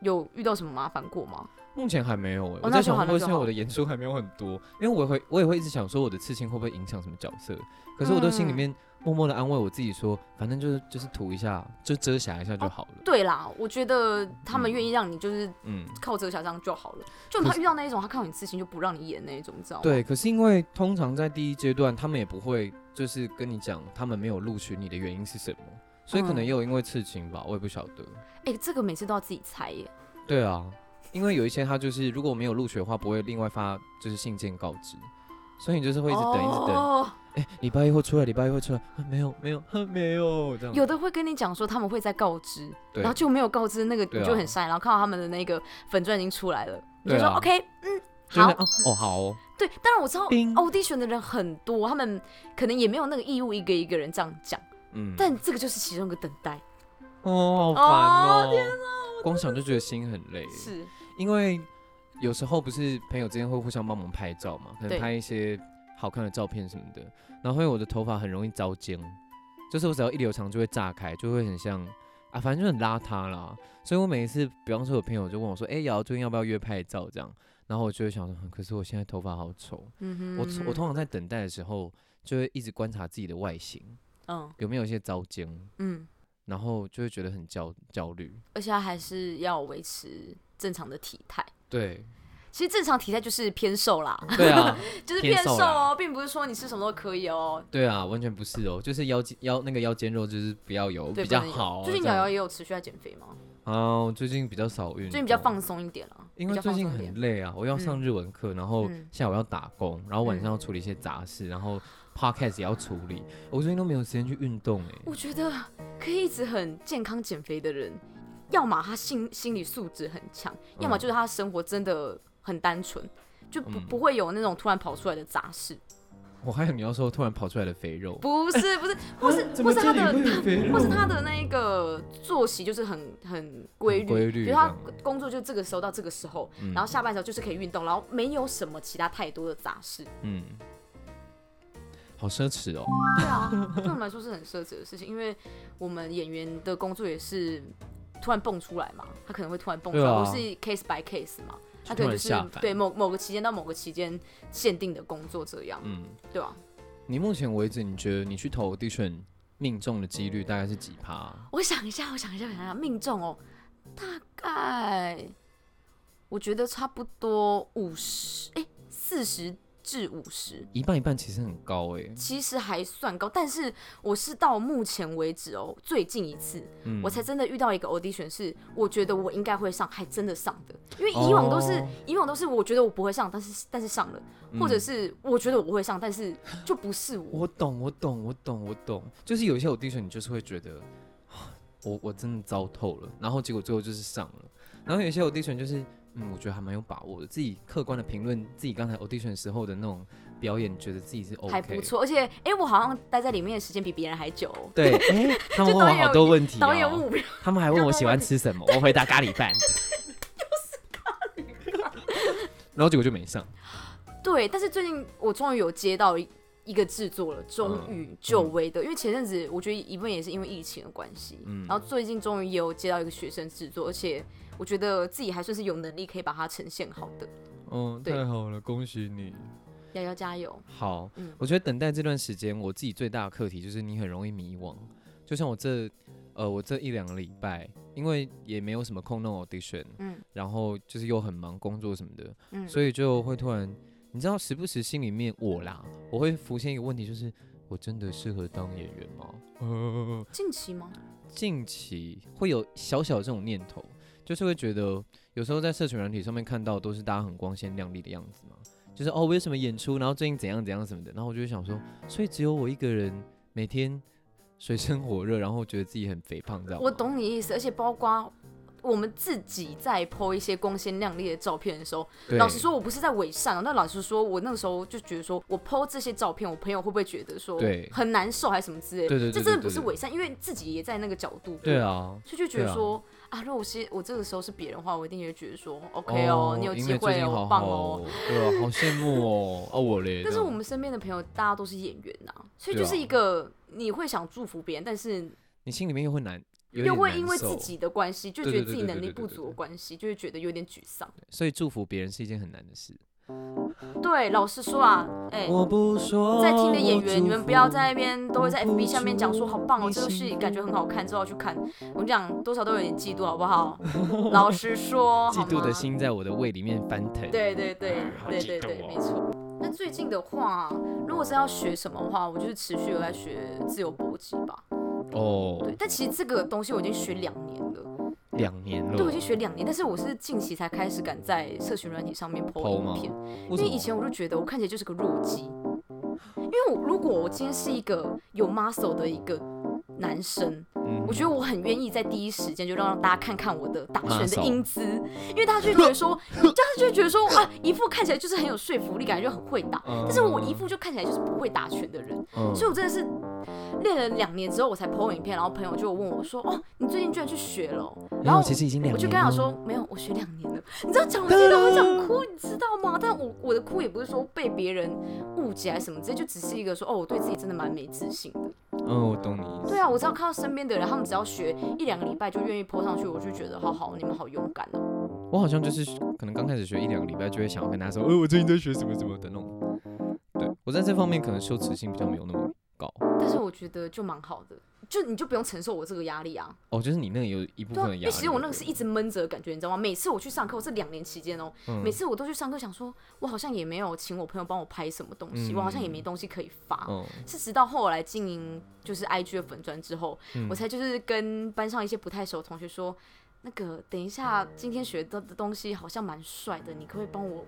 Speaker 1: 有遇到什么麻烦过吗？
Speaker 2: 目前还没有哎、我
Speaker 1: 哦那
Speaker 2: 在
Speaker 1: 就
Speaker 2: 想
Speaker 1: 好
Speaker 2: 会不会
Speaker 1: 那就是好
Speaker 2: 我的演出还没有很多，因为我会我也会一直想说我的刺青会不会影响什么角色，可是我都心里
Speaker 1: 嗯
Speaker 2: 面默默的安慰我自己说，反正就是就是涂一下，就遮瑕一下就
Speaker 1: 哦
Speaker 2: 好了。
Speaker 1: 对啦，我觉得他们愿意让你就是
Speaker 2: 嗯，
Speaker 1: 靠遮瑕这样就好了。就他遇到那一种，他看到你刺青就不让你演那一种，你知道吗？
Speaker 2: 对，可是因为通常在第一阶段，他们也不会就是跟你讲他们没有录取你的原因是什么，所以可能
Speaker 1: 嗯
Speaker 2: 也有因为刺青吧，我也不晓得。
Speaker 1: 哎、这个每次都要自己猜耶。
Speaker 2: 对啊，因为有一些他就是如果没有录取的话，不会另外发就是信件告知，所以你就是会一直等，一直等。
Speaker 1: 哦，
Speaker 2: 哎、礼拜一会出来，礼拜一会出来，啊、没有没有、啊、没有这样。
Speaker 1: 有的会跟你讲说他们会再告知，
Speaker 2: 对
Speaker 1: 然后就没有告知那个，
Speaker 2: 对啊
Speaker 1: 你就很晒、然后看到他们的那个粉钻已经出来了，你就
Speaker 2: 对
Speaker 1: 说、
Speaker 2: 啊
Speaker 1: OK，嗯，
Speaker 2: 就是
Speaker 1: 好，
Speaker 2: 哦哦好哦，
Speaker 1: 对。当然我知道
Speaker 2: 叮
Speaker 1: audition 的人很多，他们可能也没有那个义务一个一个人这样讲，
Speaker 2: 嗯，
Speaker 1: 但这个就是其中一个等待。
Speaker 2: 哦好烦哦，
Speaker 1: 哦天
Speaker 2: 光想就觉得心很累，
Speaker 1: 是，
Speaker 2: 因为有时候不是朋友之间会互相帮忙拍照嘛，可
Speaker 1: 对
Speaker 2: 能拍一些好看的照片什么的，然后因为我的头发很容易遭尖，就是我只要一留长就会炸开，就会很像啊，反正就很邋遢啦。所以我每一次，比方说有朋友就问我说，哎、瑶最近要不要约拍照这样，然后我就会想说，嗯可是我现在头发好丑，
Speaker 1: 嗯哼，
Speaker 2: 我我通常在等待的时候就会一直观察自己的外形
Speaker 1: 嗯
Speaker 2: 有没有一些遭尖，
Speaker 1: 嗯，
Speaker 2: 然后就会觉得很焦焦虑。
Speaker 1: 而且他还是要维持正常的体态。
Speaker 2: 对，
Speaker 1: 其实正常体态就是偏瘦啦，
Speaker 2: 对啊，
Speaker 1: 就是
Speaker 2: 偏
Speaker 1: 偏
Speaker 2: 瘦
Speaker 1: 瘦
Speaker 2: 啦
Speaker 1: 哦，并不是说你吃什么都可以哦。
Speaker 2: 对啊，完全不是哦，就是腰肌腰那个腰间肉就是不要有
Speaker 1: 对，
Speaker 2: 比较
Speaker 1: 不能有
Speaker 2: 好。啊
Speaker 1: 最近
Speaker 2: 这
Speaker 1: 瑶
Speaker 2: 样
Speaker 1: 瑶也有持续在减肥吗？
Speaker 2: 啊，我最近比较少运，
Speaker 1: 最近比较，放松一点了，
Speaker 2: 因
Speaker 1: 比
Speaker 2: 为
Speaker 1: 较
Speaker 2: 最
Speaker 1: 放
Speaker 2: 近
Speaker 1: 松一点
Speaker 2: 很累啊，我要上日文课，然后
Speaker 1: 嗯
Speaker 2: 下午要打工，然后晚上要处理一些杂事，然后 podcast 也要处理，我最近都没有时间去运动哎。
Speaker 1: 我觉得可以一直很健康减肥的人，要么他心心理素质很强，
Speaker 2: 嗯
Speaker 1: 要么就是他的生活真的很单纯，就不、
Speaker 2: 嗯
Speaker 1: 不会有那种突然跑出来的杂事。
Speaker 2: 我还有你要说突然跑出来的肥肉，
Speaker 1: 不是 不是，或是、
Speaker 3: 怎
Speaker 1: 或
Speaker 3: 么
Speaker 1: 是
Speaker 3: 这
Speaker 1: 他
Speaker 3: 里
Speaker 1: 的
Speaker 3: 会有肥肉
Speaker 1: 或是他的那个作息就是很很规律，
Speaker 2: 很规律
Speaker 1: 比如他
Speaker 2: 这样
Speaker 1: 工作就这个时候到这个时候，
Speaker 2: 嗯
Speaker 1: 然后下班的时候就是可以运动，然后没有什么其他太多的杂事。
Speaker 2: 嗯，好奢侈哦。
Speaker 1: 对啊， 对我们来说是很奢侈的事情，因为我们演员的工作也是突然蹦出来嘛，他可能会突然蹦出来，
Speaker 2: 对啊
Speaker 1: 或是 case by case 嘛，他可
Speaker 2: 突
Speaker 1: 能
Speaker 2: 然
Speaker 1: 就是
Speaker 2: 下凡
Speaker 1: 对某某个期间到某个期间限定的工作这样，
Speaker 2: 嗯，
Speaker 1: 对啊。
Speaker 2: 你目前为止你觉得你去投 audition 命中的几率大概是几趴啊？
Speaker 1: 我想一下，我想一下，我想一下，命中哦，大概我觉得差不多五十，哎，四十至五十，
Speaker 2: 一半一半其实很高哎、
Speaker 1: 其实还算高，但是我是到目前为止哦，最近一次、
Speaker 2: 嗯
Speaker 1: 我才真的遇到一个 audition 是我觉得我应该会上，还真的上的，因为以往都是、
Speaker 2: 哦嗯
Speaker 1: 以往都是我觉得我不会上，但是但是上了，或者是我觉得我会上，但是就不是我。
Speaker 2: 我懂，我懂，我懂，我懂。就是有一些 audition，你就是会觉得，啊我我真的糟透了，然后结果最后就是上了。然后有一些 audition 就是，嗯，我觉得还蛮有把握的，自己客观的评论自己刚才 audition 时候的那种表演，觉得自己是 OK，
Speaker 1: 还不。错，而且哎、诶我好像待在里面的时间比别人还久哦、
Speaker 2: 对，哎、他们
Speaker 1: 就
Speaker 2: 问我
Speaker 1: 导演
Speaker 2: 好多问题、哦，
Speaker 1: 导演问我，
Speaker 2: 他们还问我喜欢吃什么，我回答咖喱 饭， 然后结果就没上。
Speaker 1: 对，但是最近我终于有接到一一个制作了，终
Speaker 2: 嗯
Speaker 1: 于久违的，因为前阵子我觉得一部分也是因为疫情的关系，
Speaker 2: 嗯
Speaker 1: 然后最近终于也有接到一个学生制作，而且我觉得自己还算是有能力可以把它呈现好的，
Speaker 2: 嗯，
Speaker 1: 对
Speaker 2: 太好了，恭喜你。
Speaker 1: 瑶瑶加油！
Speaker 2: 好，
Speaker 1: 嗯
Speaker 2: 我觉得等待这段时间，我自己最大的课题就是你很容易迷惘。就像我这，呃，我这一两个礼拜，因为也没有什么空弄 audition，
Speaker 1: 嗯
Speaker 2: 然后就是又很忙工作什么的，
Speaker 1: 嗯，
Speaker 2: 所以就会突然，你知道，时不时心里面我啦，我会浮现一个问题，就是我真的适合当演员吗？呃，
Speaker 1: 近期吗？
Speaker 2: 近期会有小小这种念头，就是会觉得有时候在社群软体上面看到都是大家很光鲜亮丽的样子嘛，就是哦我有什么演出，然后最近怎样怎样什么的，然后我就会想说，所以只有我一个人每天 水深火热，然后觉得自己很肥胖这样。
Speaker 1: 我。懂你意思，而且包括。我们自己在 po 一些光鲜亮丽的照片的时候，
Speaker 2: 对
Speaker 1: 老实，说，我不是在伪善、啊。那老实说，我那个时候就觉得说，我 PO 这些照片，我朋友会不会觉得说
Speaker 2: 对
Speaker 1: 很难受还是什么之类的？
Speaker 2: 对对对
Speaker 1: 这真的
Speaker 2: 对对
Speaker 1: 不是
Speaker 2: 对
Speaker 1: 伪善，因为自己也在那个角度。
Speaker 2: 对，啊，
Speaker 1: 所以就觉得
Speaker 2: 对啊
Speaker 1: 说啊如果我是我这个时候是别人的话，我一定会觉得说 OK 哦，你有
Speaker 2: 音
Speaker 1: 机
Speaker 2: 乐最
Speaker 1: 会
Speaker 2: 近
Speaker 1: 哦
Speaker 2: 好，
Speaker 1: 棒
Speaker 2: 好
Speaker 1: 哦。，
Speaker 2: 对啊，好羡慕哦，哦我嘞。
Speaker 1: 但是
Speaker 2: 这样
Speaker 1: 我们身边的朋友大家都是演员呐、所以
Speaker 2: 对
Speaker 1: 就
Speaker 2: 啊
Speaker 1: 是一个你会想祝福别人，但是
Speaker 2: 你心里面又会难，有
Speaker 1: 又
Speaker 2: 点
Speaker 1: 会
Speaker 2: 难
Speaker 1: 因为自
Speaker 2: 受
Speaker 1: 己的关系，就
Speaker 2: 对
Speaker 1: 觉得
Speaker 2: 对
Speaker 1: 自己
Speaker 2: 对
Speaker 1: 能
Speaker 2: 对
Speaker 1: 力
Speaker 2: 对对
Speaker 1: 不
Speaker 2: 对
Speaker 1: 足
Speaker 2: 对
Speaker 1: 的关系，就会觉得有点沮丧。
Speaker 2: 所以祝福别人是一件很难的事。
Speaker 1: 对，老实说啊，哎、
Speaker 3: 我不说。
Speaker 1: 在
Speaker 2: 哦
Speaker 1: 听的演员，你们不要在那
Speaker 3: 边。
Speaker 1: 边都会在
Speaker 3: 我付
Speaker 1: FB 下面讲说
Speaker 3: 出
Speaker 1: 好棒哦，
Speaker 3: 一
Speaker 1: 这个
Speaker 3: 心
Speaker 1: 戏感觉很好看，之后要去看。我跟你讲，多少都有点嫉妒，好不 好？老实说，
Speaker 2: 嫉
Speaker 1: 哦好
Speaker 2: 妒的
Speaker 1: 吗
Speaker 2: 心在我的胃里面翻腾。
Speaker 1: 对对对
Speaker 2: 好
Speaker 1: 对
Speaker 2: 嫉
Speaker 1: 对
Speaker 2: 妒
Speaker 1: 对，
Speaker 2: 哦
Speaker 1: 没错。那最近的话，如果是要学什么的话，我就是持续有在学自由搏击吧。
Speaker 2: 哦，
Speaker 1: 对，但其实这个东西我已经学两年了，
Speaker 2: 两年了。
Speaker 1: 对，我已经学两年，但是我是近期才开始敢在社群软体上面
Speaker 2: PO 吗
Speaker 1: 影片。
Speaker 2: 为
Speaker 1: 因
Speaker 2: 什
Speaker 1: 为
Speaker 2: 么
Speaker 1: 以前我就觉得我看起来就是个弱鸡，因为我如果我今天是一个有 muscle 的一个男生，
Speaker 2: 嗯
Speaker 1: 我觉得我很愿意在第一时间就让大家看看我的打拳的
Speaker 2: Muscle
Speaker 1: 英姿，因为大家就会觉得 说，大家就会觉得说啊，一副看起来就是很有说服力，感觉就很会打，
Speaker 2: 嗯
Speaker 1: 但是我一副就看起来就是不会打拳的人，
Speaker 2: 嗯
Speaker 1: 所以我真的是练了两年之后我才 PO 影片，然后朋友就问我说，哦，你最近居然去学了哦，然后
Speaker 2: 其实已经两年了，啊
Speaker 1: 我就跟他说，没有，我学两年了。你知道讲完这段我想哭，你知道吗？但我我的哭也不是说被别人误解还是什么之类，就只是一个说，哦，我对自己真的蛮没自信的。
Speaker 2: 嗯，我懂你意思。
Speaker 1: 对啊，我只要看到身边的人，他们只要学一两个礼拜就愿意泼上去，我就觉得好好，你们好勇敢哦。
Speaker 2: 我好像就是可能刚开始学一两个礼拜，就会想要跟他说，呃，我最近在学什么什么的那种。对我在这方面可能羞耻心比较没有那么高。
Speaker 1: 但是我觉得就蛮好的，就你就不用承受我这个压力啊。
Speaker 2: 哦，就是你那个有一部
Speaker 1: 对
Speaker 2: 分
Speaker 1: 啊，
Speaker 2: 的
Speaker 1: 因
Speaker 2: 压
Speaker 1: 为
Speaker 2: 力。
Speaker 1: 其实我那个是一直闷着的感觉，你知道吗？每次我去上课，我这两年期间哦、
Speaker 2: 嗯
Speaker 1: 每次我都去上课，想说我好像也没有请我朋友帮我拍什么东西，
Speaker 2: 嗯
Speaker 1: 我好像也没东西可以发。
Speaker 2: 嗯
Speaker 1: 是直到后来经营就是 IG 的粉砖之后，
Speaker 2: 嗯
Speaker 1: 我才就是跟班上一些不太熟的同学说。那个，等一下，今天学到的东西好像蛮帅的，你可不可以帮我？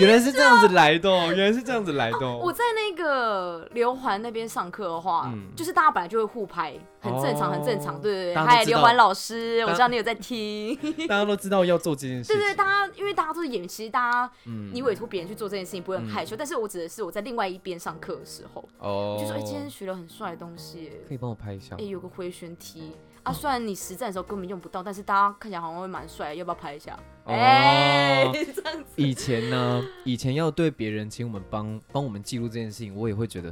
Speaker 2: 原来是这样子来的、哦，原来是这样子来的、哦
Speaker 1: 啊我在那个刘环那边上课的话，
Speaker 2: 嗯
Speaker 1: 就是大家本来就会互拍，很正常，
Speaker 2: 哦
Speaker 1: 很正常，对对对。
Speaker 2: 大家都知道
Speaker 1: 嗨，刘环老师，
Speaker 2: 大
Speaker 1: 我知道你有在听，对
Speaker 2: 大家都知道要做这件事情。
Speaker 1: 对对，大家因为大家都是演员，其实大家、
Speaker 2: 嗯
Speaker 1: 你委托别人去做这件事情不会很害羞，但是我指的是我在另外一边上课的时候，
Speaker 2: 哦，
Speaker 1: 就说哎、今天学了很帅的东西耶，
Speaker 2: 可以帮我拍一下
Speaker 1: 哎、。有个回旋踢啊，虽然你实战的时候根本用不到，但是大家看起来好像会蛮帅，要不要拍一下？
Speaker 2: 哦
Speaker 1: 哎、 这样子。
Speaker 2: 以前呢，以前要对别人请我们帮帮我们记录这件事情，我也会觉得，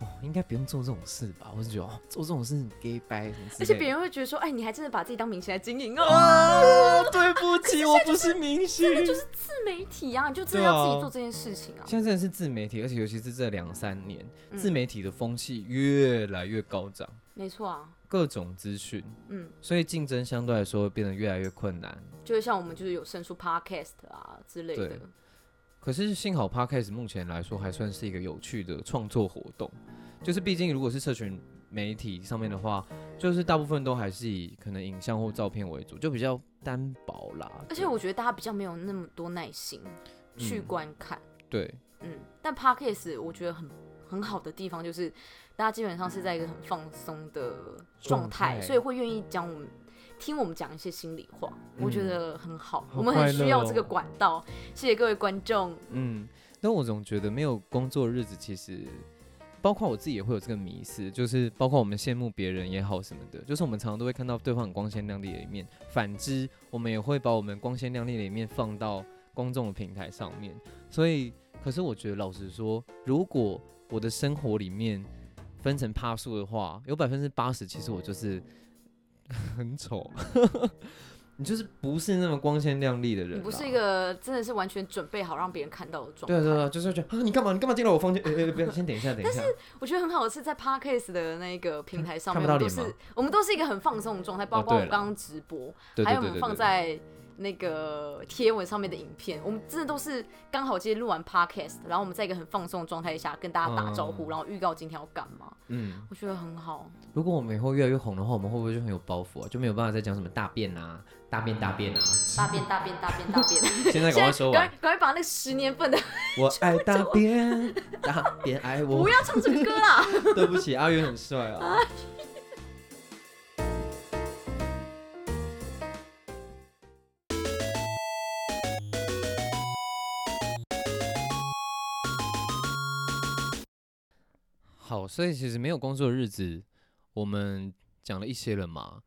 Speaker 2: 哦，应该不用做这种事吧？我是觉得、哦、做这种事很 gay 掰什么之类的
Speaker 1: 而且别人会觉得说，哎、你还真的把自己当明星来经营哦，
Speaker 2: 啊，对不起，我不是明星。
Speaker 1: 自媒体啊，你就真
Speaker 2: 对
Speaker 1: 的
Speaker 2: 啊
Speaker 1: 要自己做这件事情啊。
Speaker 2: 现在真的是自媒体，而且尤其是这两三年，
Speaker 1: 嗯
Speaker 2: 自媒体的风气越来越高涨，
Speaker 1: 没错啊，
Speaker 2: 各种资讯，
Speaker 1: 嗯，
Speaker 2: 所以竞争相对来说变得越来越困难。
Speaker 1: 就会像我们就是有生出 podcast 啊之类的
Speaker 2: 对，可是幸好 Podcast 目前来说还算是一个有趣的创作活动，就是毕竟如果是社群媒体上面的话，就是大部分都还是以可能影像或照片为主，就比较单薄啦。
Speaker 1: 而且我觉得大家比较没有那么多耐心去
Speaker 2: 嗯
Speaker 1: 观看，
Speaker 2: 对
Speaker 1: 嗯但 podcast 我觉得很很好的地方就是，大家基本上是在一个很放松的状
Speaker 2: 状态
Speaker 1: 态，所以会愿意讲我们听我们讲一些心里话，我觉
Speaker 2: 嗯
Speaker 1: 得很好，
Speaker 2: 好
Speaker 1: 我们很
Speaker 2: 快乐
Speaker 1: 需要这个
Speaker 2: 哦
Speaker 1: 管道。谢谢各位观众，
Speaker 2: 嗯，但我总觉得没有工作日子，其实包括我自己也会有这个迷思，就是包括我们羡慕别人也好什么的，就是我们常常都会看到对方很光鲜亮丽的一面，反之，我们也会把我们光鲜亮丽的一面放到公众的平台上面。所以，可是我觉得老实说，如果我的生活里面分成趴数的话，有百分之八十其实我就是很丑。 你就是不是那么光鲜亮丽的人啦，啊
Speaker 1: 你不是一个真的是完全准备好让别人看到的状态。
Speaker 2: 对啊对啊对啊，就是觉得啊，你干嘛？你干嘛进来我房间？哎、哎、不要，先等一下，等一下。
Speaker 1: 我觉得很好的是在 podcast 的那个平台上面，
Speaker 2: 看
Speaker 1: 我
Speaker 2: 看
Speaker 1: 们
Speaker 2: 不到
Speaker 1: 都
Speaker 2: 脸哦
Speaker 1: 是我们都是一个很放松的状态，包括
Speaker 2: 对
Speaker 1: 我
Speaker 2: 啦
Speaker 1: 刚刚直播，
Speaker 2: 对
Speaker 1: 还
Speaker 2: 对
Speaker 1: 有我
Speaker 2: 对
Speaker 1: 们
Speaker 2: 对
Speaker 1: 放
Speaker 2: 对。
Speaker 1: 在那个贴文上面的影片，我们真的都是刚好今天录完 podcast，然后我们在一个很放松的状态下跟大家打招呼，
Speaker 2: 嗯
Speaker 1: 然后预告今天要干嘛，
Speaker 2: 嗯，
Speaker 1: 我觉得很好。
Speaker 2: 如果我们以后越来越红的话，我们会不会就很有包袱啊？就没有办法再讲什么大便啊、大便大便啊。
Speaker 1: 大便大便大便大 便，
Speaker 2: 现 在赶
Speaker 1: 现
Speaker 2: 快
Speaker 1: 在
Speaker 2: 说
Speaker 1: 赶快
Speaker 2: 完。
Speaker 1: 赶快把那个十年份的
Speaker 2: 我爱大便， 大便爱我
Speaker 1: 不。要唱这个歌 啦。
Speaker 2: 对不起，阿元很帅啊。好，所以其实没有工作的日子，我们讲了一些了嘛，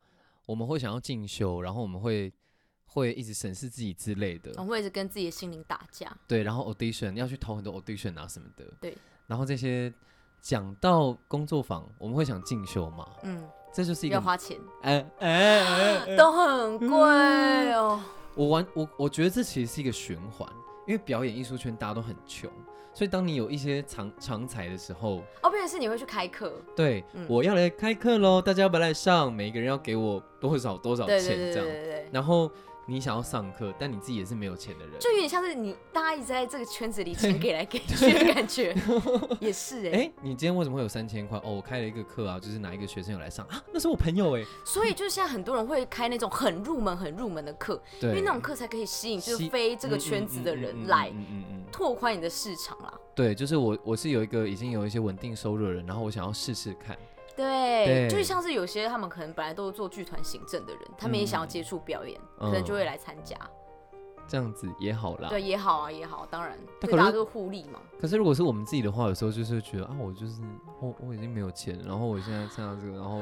Speaker 2: 我们会想要进修，然后我们会会一直审视自己之类的，
Speaker 1: 我也是跟自己的心灵打架，
Speaker 2: 对，然后 audition 要去投很多 audition 啊什么的，
Speaker 1: 对，
Speaker 2: 然后这些讲到工作坊，我们会想进修嘛，
Speaker 1: 嗯，
Speaker 2: 这就是一
Speaker 1: 要
Speaker 2: 个
Speaker 1: 花钱，
Speaker 2: 哎哎哎哎
Speaker 1: 都很贵
Speaker 2: 嗯
Speaker 1: 哦。
Speaker 2: 我玩我我觉得这其实是一个循环，因为表演艺术圈大家都很穷，所以当你有一些长长才的时候，
Speaker 1: 哦，变成是你会去开课，
Speaker 2: 对、
Speaker 1: 嗯
Speaker 2: 我要来开课喽，大家要不要来上？每一个人要给我多少多少
Speaker 1: 对对
Speaker 2: 钱
Speaker 1: 对
Speaker 2: 这
Speaker 1: 对
Speaker 2: 样，
Speaker 1: 对对。
Speaker 2: 然后你想要上课，但你自己也是没有钱的人，
Speaker 1: 就有点像是你大家一直在这个圈子 里钱给来给去的感觉，也是哎、
Speaker 2: 哎、你今天为什么会有三千块？哦，我开了一个课啊，就是哪一个学生有来上啊？那是我朋友哎、
Speaker 1: 所以就是现在很多人会开那种很入门、很入门的课，
Speaker 2: 对，
Speaker 1: 因为那种课才可以吸引就是
Speaker 2: 吸
Speaker 1: 非这个圈子的人来
Speaker 2: 嗯嗯嗯嗯嗯嗯嗯
Speaker 1: 拓宽你的市场啦。
Speaker 2: 对，就是我我是有一个已经有一些稳定收入的人，然后我想要试试看，
Speaker 1: 对，
Speaker 2: 对
Speaker 1: 就是像是有些他们可能本来都是做剧团行政的人，他们也想要接触表演，
Speaker 2: 嗯
Speaker 1: 可能就会来参加。
Speaker 2: 这样子也好啦。
Speaker 1: 对，也好啊，也好，当然，对
Speaker 2: 但可
Speaker 1: 大
Speaker 2: 是
Speaker 1: 家都互利嘛。
Speaker 2: 可是如果是我们自己的话，有时候就是觉得啊，我就是我我已经没有钱，然后我现在参加这个，然后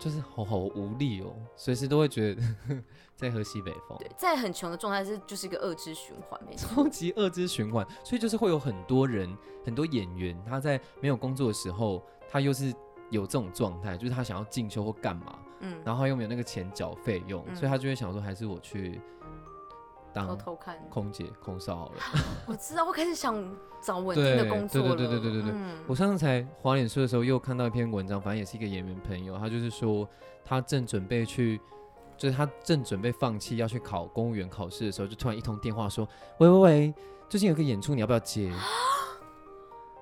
Speaker 2: 就是好好无力哦，随时都会觉得在喝西北风，
Speaker 1: 对，在很穷的状态是就是一个恶之循环，没 错。
Speaker 2: 超级恶之循环。所以就是会有很多人，很多演员，他在没有工作的时候，他又是有这种状态，就是他想要进修或干嘛，
Speaker 1: 嗯，
Speaker 2: 然后他又没有那个钱缴费用，
Speaker 1: 嗯
Speaker 2: 所以他就会想说，还是我去
Speaker 1: 偷
Speaker 2: 当
Speaker 1: 偷看，
Speaker 2: 空姐、空少好了。
Speaker 1: 我知道，我开始想找稳定的
Speaker 2: 对
Speaker 1: 工作了。
Speaker 2: 对对对对对对
Speaker 1: 嗯
Speaker 2: 我上次才滑脸书的时候，又看到一篇文章，反正也是一个演员朋友，他就是说他正准备去，就是他正准备放弃要去考公务员考试的时候，就突然一通电话说：“喂喂喂，最近有个演出，你要不要接？”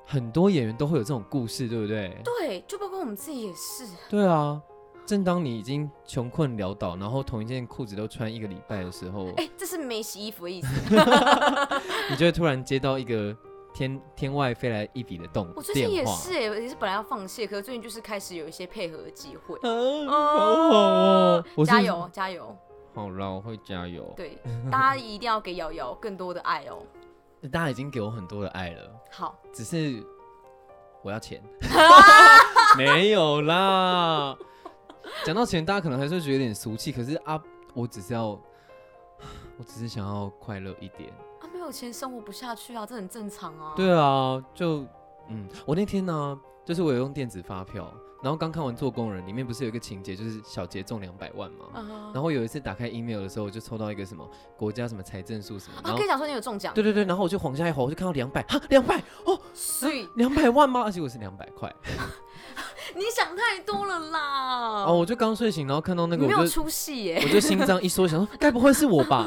Speaker 2: 很多演员都会有这种故事，对不对？
Speaker 1: 对，就包括我们自己也是，
Speaker 2: 对啊。正当你已经穷困潦倒，然后同一件裤子都穿一个礼拜的时候，
Speaker 1: 哎、这是没洗衣服的意思。
Speaker 2: 你就会突然接到一个天天外飞来一笔的动
Speaker 1: 我最近也
Speaker 2: 电话。
Speaker 1: 是、哎，我也是本来要放弃，可是最近就是开始有一些配合的机 会。
Speaker 2: 啊，好好
Speaker 1: 哦
Speaker 2: 哦！我是
Speaker 1: 加油加油！
Speaker 2: 好啦，我会加油。
Speaker 1: 对，大家一定要给瑶瑶更多的爱哦。
Speaker 2: 大家已经给我很多的爱了，
Speaker 1: 好，
Speaker 2: 只是我要 钱，没有啦。讲到钱，大家可能还是会觉得有点俗气，可是啊，我只是要，我只是想要快乐一点。
Speaker 1: 啊，没有钱生活不下去啊，这很正常啊。，
Speaker 2: 对啊，就嗯，我那天呢、就是我有用电子发票，然后刚看完《做工人》，里面不是有一个情节，就是小杰中两百万嘛。
Speaker 1: 啊，
Speaker 2: 然后有一次打开 email 的时候，我就抽到一个什么国家什么财政数什么，然
Speaker 1: 啊，
Speaker 2: 后
Speaker 1: 跟你讲说你有中奖，
Speaker 2: 对对对，然后我就往下一滑，我就看到两百，哈，两百哦，
Speaker 1: 所以哦
Speaker 2: 两百万吗？而且我是两百块，
Speaker 1: 你想太多了啦。
Speaker 3: 哦，我就刚睡醒，然后看到那
Speaker 1: 你
Speaker 3: 个，我
Speaker 1: 没有
Speaker 3: 就
Speaker 1: 出戏 耶、
Speaker 3: 我就心脏一缩，想 说该不会是我吧？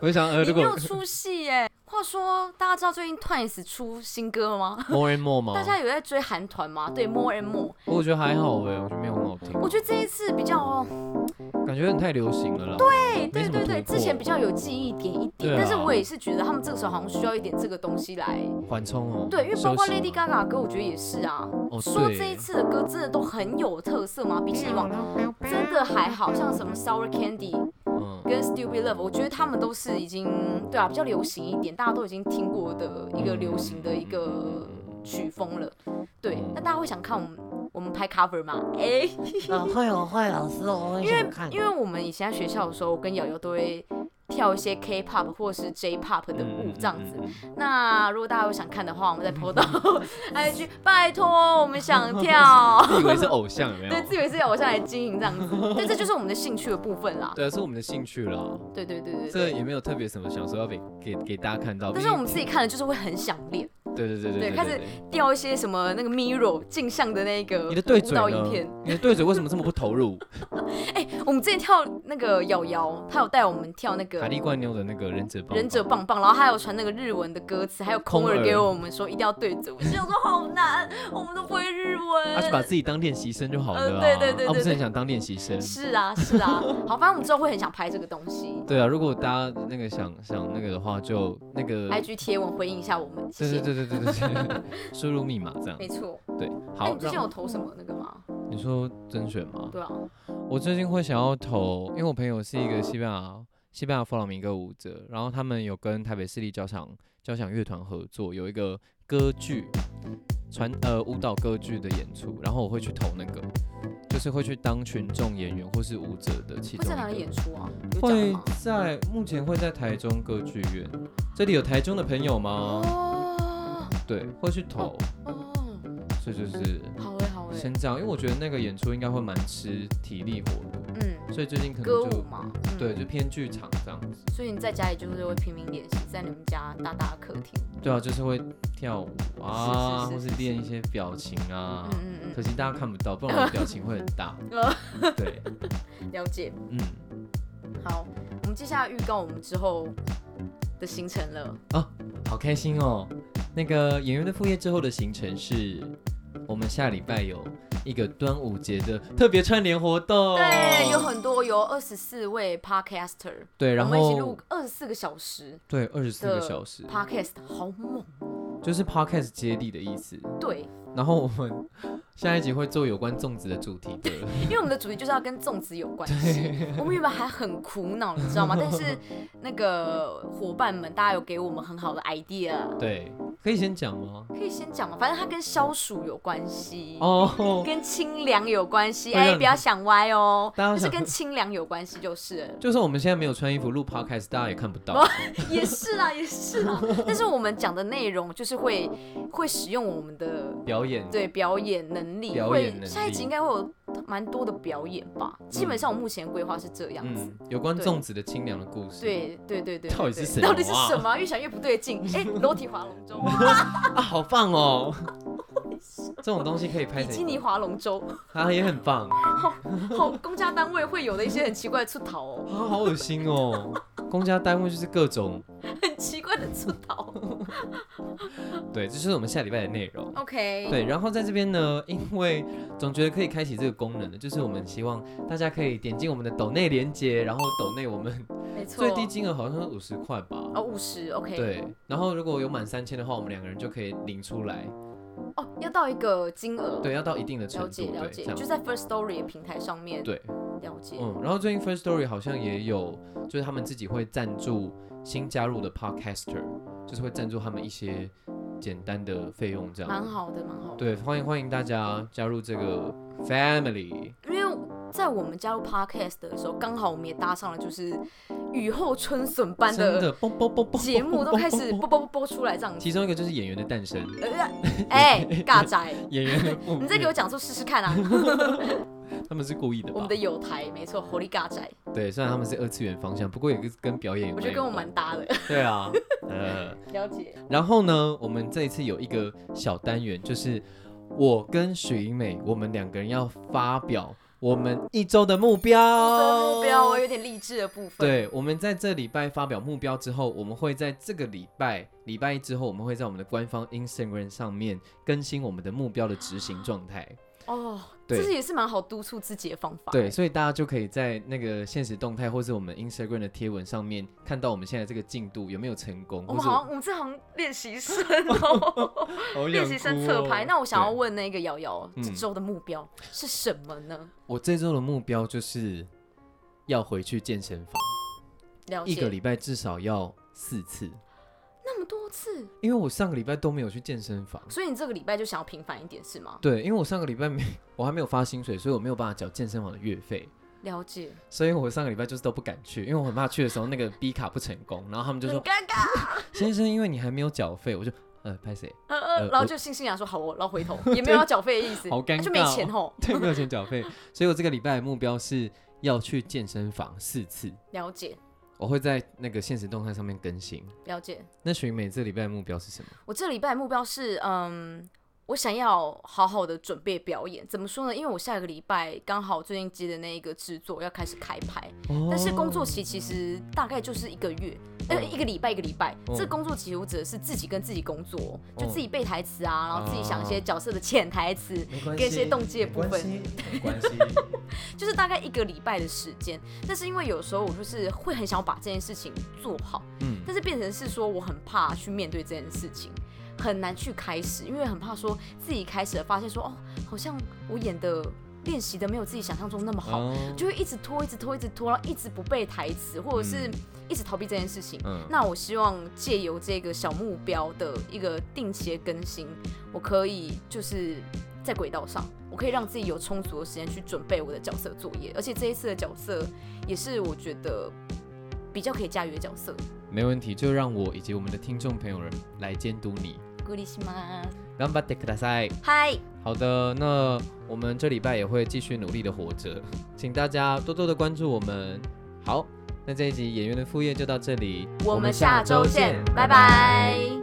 Speaker 3: 我就想，呃，
Speaker 1: 你
Speaker 3: 如
Speaker 1: 没
Speaker 3: 果
Speaker 1: 有 出戏耶、话说，大家知道最近 Twice 出新歌了吗？
Speaker 3: more and
Speaker 2: 哦
Speaker 3: more 嘛，
Speaker 1: 大家有在追韩团吗？对，More and More。
Speaker 3: 我觉得还好
Speaker 2: 欸
Speaker 3: 哎，我觉得没有很好听，
Speaker 1: 我觉得这一次比较，
Speaker 3: 感觉有点太流行了啦。
Speaker 1: 对
Speaker 3: 对，没
Speaker 1: 哎对
Speaker 3: 什么
Speaker 1: 对对，
Speaker 3: 突破
Speaker 1: 之前比较有记忆点一点，
Speaker 3: 对啊
Speaker 1: 但是我也是觉得他们这个时候好像需要一点这个东西来，
Speaker 3: 缓冲哦。
Speaker 1: 对，因为包括
Speaker 3: 休息
Speaker 1: Lady Gaga 的歌，我觉得也是啊。
Speaker 3: 哦
Speaker 1: 说
Speaker 3: 对
Speaker 1: 这一次的歌真的都很有特色嘛，比起以往真的还好像什么 Sour Candy
Speaker 3: 嗯，
Speaker 1: 跟 Stupid Love，我觉得他们都是已经对啊比较流行一点，大家都已经听过的一个流行的一个曲风了。对，那大家会想看我们我们拍 cover 吗？哎、
Speaker 5: 啊，会有会老师，我很
Speaker 1: 因为
Speaker 5: 想看。
Speaker 1: 因为我们以前在学校的时候，我跟瑶瑶都会跳一些 K-pop 或是 J-pop 的
Speaker 2: 嗯
Speaker 1: 舞这样子。那如果大家有想看的话，我 们再 PO 到 IG，拜托，我们想跳。
Speaker 2: 自以为是偶像有 没有
Speaker 1: 对，？自以为是偶像来经营这样 子，但这就是我们的兴趣的部分啦。
Speaker 2: 对啊，是我们的兴趣啦。
Speaker 1: 对对对对
Speaker 2: 这
Speaker 1: 对。
Speaker 2: 个也没有特别什么想说要给给给大家看到，
Speaker 1: 但是我们自己看了就是会很想练，
Speaker 2: 对对对对
Speaker 1: 对开始调一些什么那个 mirror 镜像的那个
Speaker 2: 你的对
Speaker 1: 舞
Speaker 2: 嘴
Speaker 1: 蹈
Speaker 2: 呢
Speaker 1: 影片。？哎
Speaker 2: 你的对嘴为什么这么不投入？
Speaker 1: 我们之前跳那个瑶瑶，她有带我们跳那个
Speaker 2: 卡利冠妞的那个忍者棒，
Speaker 1: 忍者棒棒，然后他有传那个日文的歌词，还有空
Speaker 2: 空
Speaker 1: 耳
Speaker 2: 耳
Speaker 1: 给我们说一定要对准，我就想说好难，我们都不会日文。
Speaker 2: 他去把自己当练习生就好了
Speaker 1: 呃
Speaker 2: 啊。
Speaker 1: 对对对
Speaker 2: 他不
Speaker 1: 对
Speaker 2: 是
Speaker 1: 对
Speaker 2: 很想当练习生。
Speaker 1: 是啊是啊， 好，反正我们之后会很想拍这个东西。
Speaker 2: 对啊，如果大家那个想想那个的话，就那个
Speaker 1: IG 贴文回应一下我们，谢
Speaker 2: 对对
Speaker 1: 谢。
Speaker 2: 对对对对对，输入密码这样
Speaker 1: 没。错，
Speaker 2: 对，
Speaker 1: 那
Speaker 2: 好
Speaker 1: 你，最近
Speaker 2: 让
Speaker 1: 有投什么那个吗？
Speaker 2: 你说甄选吗？
Speaker 1: 对啊，
Speaker 2: 我最近会想要投，因为我朋友是一个西班牙西班牙弗朗明哥舞者，然后他们有跟台北市立交响交响乐团合作，有一个歌剧传呃舞蹈歌剧的演出，然后我会去投那个，就是会去当群众演员或是舞者的其
Speaker 1: 会
Speaker 2: 中
Speaker 1: 在哪里
Speaker 2: 一
Speaker 1: 演
Speaker 2: 个。
Speaker 1: 出啊？有讲
Speaker 2: 会
Speaker 1: 吗？
Speaker 2: 在目前会在台中歌剧院，这里有台中的朋友吗？
Speaker 1: 哦
Speaker 2: 对，会去投，
Speaker 1: 哦，
Speaker 2: 所以就是
Speaker 1: 好哎好哎
Speaker 2: 先，这样，因为我觉得那个演出应该会蛮吃体力活
Speaker 1: 嗯，
Speaker 2: 的，所以最近可
Speaker 1: 歌
Speaker 2: 能
Speaker 1: 舞
Speaker 2: 就
Speaker 1: 嘛，
Speaker 2: 对，
Speaker 1: 嗯，
Speaker 2: 就偏剧场这样子。
Speaker 1: 所以你在家里就是会拼命练习，在你们家大大的客厅，
Speaker 2: 对啊，就是会跳舞啊，
Speaker 1: 是
Speaker 2: 或
Speaker 1: 是是
Speaker 2: 是练一些表情啊
Speaker 1: 嗯。嗯
Speaker 2: 可惜大家看不到，不然我的表情会很 大。对，
Speaker 1: 嗯，了解。
Speaker 2: 嗯，
Speaker 1: 好，我们接下来预告我们之后的行程了。
Speaker 2: 好开心哦。那个演员的副业之后的行程是，我们下礼拜有一个端午节的特别串联活动。
Speaker 1: 对，有很多有二十四位 podcaster，
Speaker 2: 对，然
Speaker 1: 我们一起录
Speaker 2: 后
Speaker 1: 二十四个小时
Speaker 2: 对二十四
Speaker 1: 的
Speaker 2: 个小时，
Speaker 1: podcast，好猛。
Speaker 2: 就是 podcast 接力的意思。
Speaker 1: 对，
Speaker 2: 然后我们下一集会做有关粽子的主题的，
Speaker 1: 因为我们的主题就是要跟粽子有关系。我们原本还很苦恼，你知 道吗？但是那个伙伴们，大家有给我们很好的 idea，
Speaker 2: 对，可以先讲吗？
Speaker 1: 可以先讲嘛。反正它跟消暑有关系。
Speaker 2: 哦，
Speaker 1: 跟清凉有关系，
Speaker 2: 会
Speaker 1: 哎、
Speaker 2: 让你
Speaker 1: 不要想歪哦，
Speaker 2: 大家
Speaker 1: 就是
Speaker 2: 想
Speaker 1: 跟清凉有关系就是了。
Speaker 2: 就算我们现在没有穿衣服录 podcast，大家也看不
Speaker 1: 哦
Speaker 2: 到。
Speaker 1: 也是啦，也是啦。但是我们讲的内容就是会会使用我们的
Speaker 2: 表演，
Speaker 1: 对表演能力，
Speaker 2: 表演能
Speaker 1: 会
Speaker 2: 力
Speaker 1: 下一集应该会有蛮多的表演吧。基本上我目前规划是这样子。
Speaker 2: 嗯，有关
Speaker 1: 对
Speaker 2: 粽子的清凉的故事。
Speaker 1: 对对对对对，
Speaker 2: 到底是
Speaker 1: 对
Speaker 2: 什么
Speaker 1: 到底是
Speaker 2: 啊
Speaker 1: 什么啊？越想越不对 劲。哎，裸体划龙舟，
Speaker 2: 啊，好 棒哦！这种东西可以拍
Speaker 1: 比
Speaker 2: 成
Speaker 1: 基尼划龙舟，
Speaker 2: 啊，也很棒啊，
Speaker 1: 好，公家单位会有的一些很奇怪的出逃 哦，
Speaker 2: 好恶心哦。公家单位就是各种，
Speaker 1: 很奇怪的出逃。
Speaker 2: 对，这就是我们下礼拜的内容。
Speaker 1: OK，
Speaker 2: 对，然后在这边呢，因为总觉得可以开启这个功能的，就是我们希望大家可以点进我们的抖内连接，然后抖内我们
Speaker 1: 没错，
Speaker 2: 最低金额好像是五十块吧。
Speaker 1: 哦五十 OK，，
Speaker 2: 对，然后如果有满三千的话，我们两个人就可以领出来。
Speaker 1: 哦要到一个金额，
Speaker 2: 对，要到一定的程
Speaker 1: 了
Speaker 2: 度，
Speaker 1: 解了解
Speaker 2: 对，这，
Speaker 1: 就
Speaker 2: 样。
Speaker 1: 在 First Story 的平台上面
Speaker 2: 对，
Speaker 1: 了解。
Speaker 2: 嗯，然后最近 First Story 好像也有，就是他们自己会赞助新加入的 Podcaster，就是会赞助他们一些简单的费用这
Speaker 1: 蛮
Speaker 2: 样。
Speaker 1: 好的，蛮好的。
Speaker 2: 对，欢迎欢迎大家加入这个 family。
Speaker 1: 因为在我们加入 podcast 的时候，刚好我们也搭上了，就是雨后春笋般
Speaker 2: 真
Speaker 1: 的
Speaker 2: 的，嘣嘣嘣 嘣，
Speaker 1: 节目都开始
Speaker 2: 嘣嘣
Speaker 1: 播
Speaker 2: 嘣
Speaker 1: 播播出来这样子。
Speaker 2: 其中一个就是演员的诞生，
Speaker 1: 呃 哎，尬仔，
Speaker 2: 演员的父
Speaker 1: 你再给我
Speaker 2: 母
Speaker 1: 讲出试试看啊！
Speaker 2: 他们是故意的
Speaker 1: 我
Speaker 2: 吧
Speaker 1: 们的？友台，没错，活力尬仔，
Speaker 2: 对，虽然他们是二次元方向，不过也跟跟表演有
Speaker 1: 我觉得跟我
Speaker 2: 有关
Speaker 1: 蛮搭的。
Speaker 2: 对啊，呃。
Speaker 1: 了解，
Speaker 2: 然后呢，我们这一次有一个小单元，就是我跟许英美，我们两个人要发表我们一周的目标。
Speaker 1: 目标我有点励志的部分。
Speaker 2: 哦对，我们在这礼拜发表目标之后，我们会在这个礼拜礼拜一之后，我们会在我们的官方 Instagram 上面更新我们的目标的执行状态。
Speaker 1: 哦，
Speaker 2: 对
Speaker 1: 这是也是蛮好督促自己的方法。欸
Speaker 2: 对，，所以大家就可以在那个现实动态或是我们 Instagram 的贴文上面看到我们现在这个进度有没有成功，
Speaker 1: 我
Speaker 2: 或
Speaker 1: 们
Speaker 2: 是
Speaker 1: 好像我们这好像练习生 哦，
Speaker 2: 好
Speaker 1: 练习生
Speaker 2: 哦
Speaker 1: 侧拍。那我想要
Speaker 2: 对
Speaker 1: 问那个瑶瑶，
Speaker 2: 嗯
Speaker 1: 这周的目标是什么呢？
Speaker 2: 我这周的目标就是要回去健身房，
Speaker 1: 了解
Speaker 2: 一个礼拜至少要四次，
Speaker 1: 那么多次，
Speaker 2: 因为我上个礼拜都没有去健身房。
Speaker 1: 所以你这个礼拜就想要频繁一点是吗？
Speaker 2: 对，因为我上个礼拜没，我还没有发薪水，所以我没有办法缴健身房的月费，
Speaker 1: 了解，
Speaker 2: 所以我上个礼拜就是都不敢去，因为我很怕去的时候那个 B 卡不成功，然后他们就
Speaker 1: 很
Speaker 2: 说
Speaker 1: 尴尬。
Speaker 2: 先生，因为你还没有缴费，我就呃拍谁，
Speaker 1: 呃呃，
Speaker 2: 呃
Speaker 1: 然后
Speaker 2: 我
Speaker 1: 就悻悻然说好哦，然后回 头也没有要缴费的意思，
Speaker 2: 好尴
Speaker 1: 啊就没
Speaker 2: 尬哦
Speaker 1: 钱吼。
Speaker 2: 对，没有钱缴费，所以我这个礼拜的目标是要去健身房四次，
Speaker 1: 了解
Speaker 2: 我会在那个现实动态上面更新。
Speaker 1: 了解，
Speaker 2: 那许美这礼拜的目标是什么？
Speaker 1: 我这礼拜目标是，嗯，我想要好好的准备表演。怎么说呢？因为我下个礼拜刚好最近接的那一个制作要开始开拍，但是工
Speaker 2: 哦
Speaker 1: 作期其实大概就是一个月，呃，
Speaker 2: 嗯
Speaker 1: 一个礼拜一个礼拜。
Speaker 2: 哦
Speaker 1: 这工作期我指的是自己跟自己工作哦，就
Speaker 2: 哦
Speaker 1: 自己背台词啊，然后自己想一些
Speaker 2: 啊
Speaker 1: 角色的潜台词，
Speaker 2: 没关
Speaker 1: 跟一些动机的部分。
Speaker 2: 没关系，
Speaker 1: 就是大概一个礼拜的时间。但是因为有时候我就是会很想要把这件事情做好，
Speaker 2: 嗯，
Speaker 1: 但是变成是说我很怕去面对这件事情，很难去开始，因为很怕说自己开始了发现说哦，好像我演的练习的没有自己想象中那么好，
Speaker 2: 哦
Speaker 1: 就会一直拖，一直拖，一直拖，然后一直不背台词，或者是
Speaker 2: 嗯
Speaker 1: 一直逃避这件事情。
Speaker 2: 嗯
Speaker 1: 那我希望借由这个小目标的一个定期的更新，我可以就是在轨道上，我可以让自己有充足的时间去准备我的角色作业，而且这一次的角色也是我觉得比较可以驾驭的角色。
Speaker 2: 没问题，就让我以及我们的听众朋友们来监督你。
Speaker 1: 鼓励します。
Speaker 2: 頑張ってください。
Speaker 1: 嗨，
Speaker 2: 好的，那我们这礼拜也会继续努力的活着，请大家多多的关注我们。好，那这一集演员的副业就到这里，
Speaker 1: 我们下周见，拜拜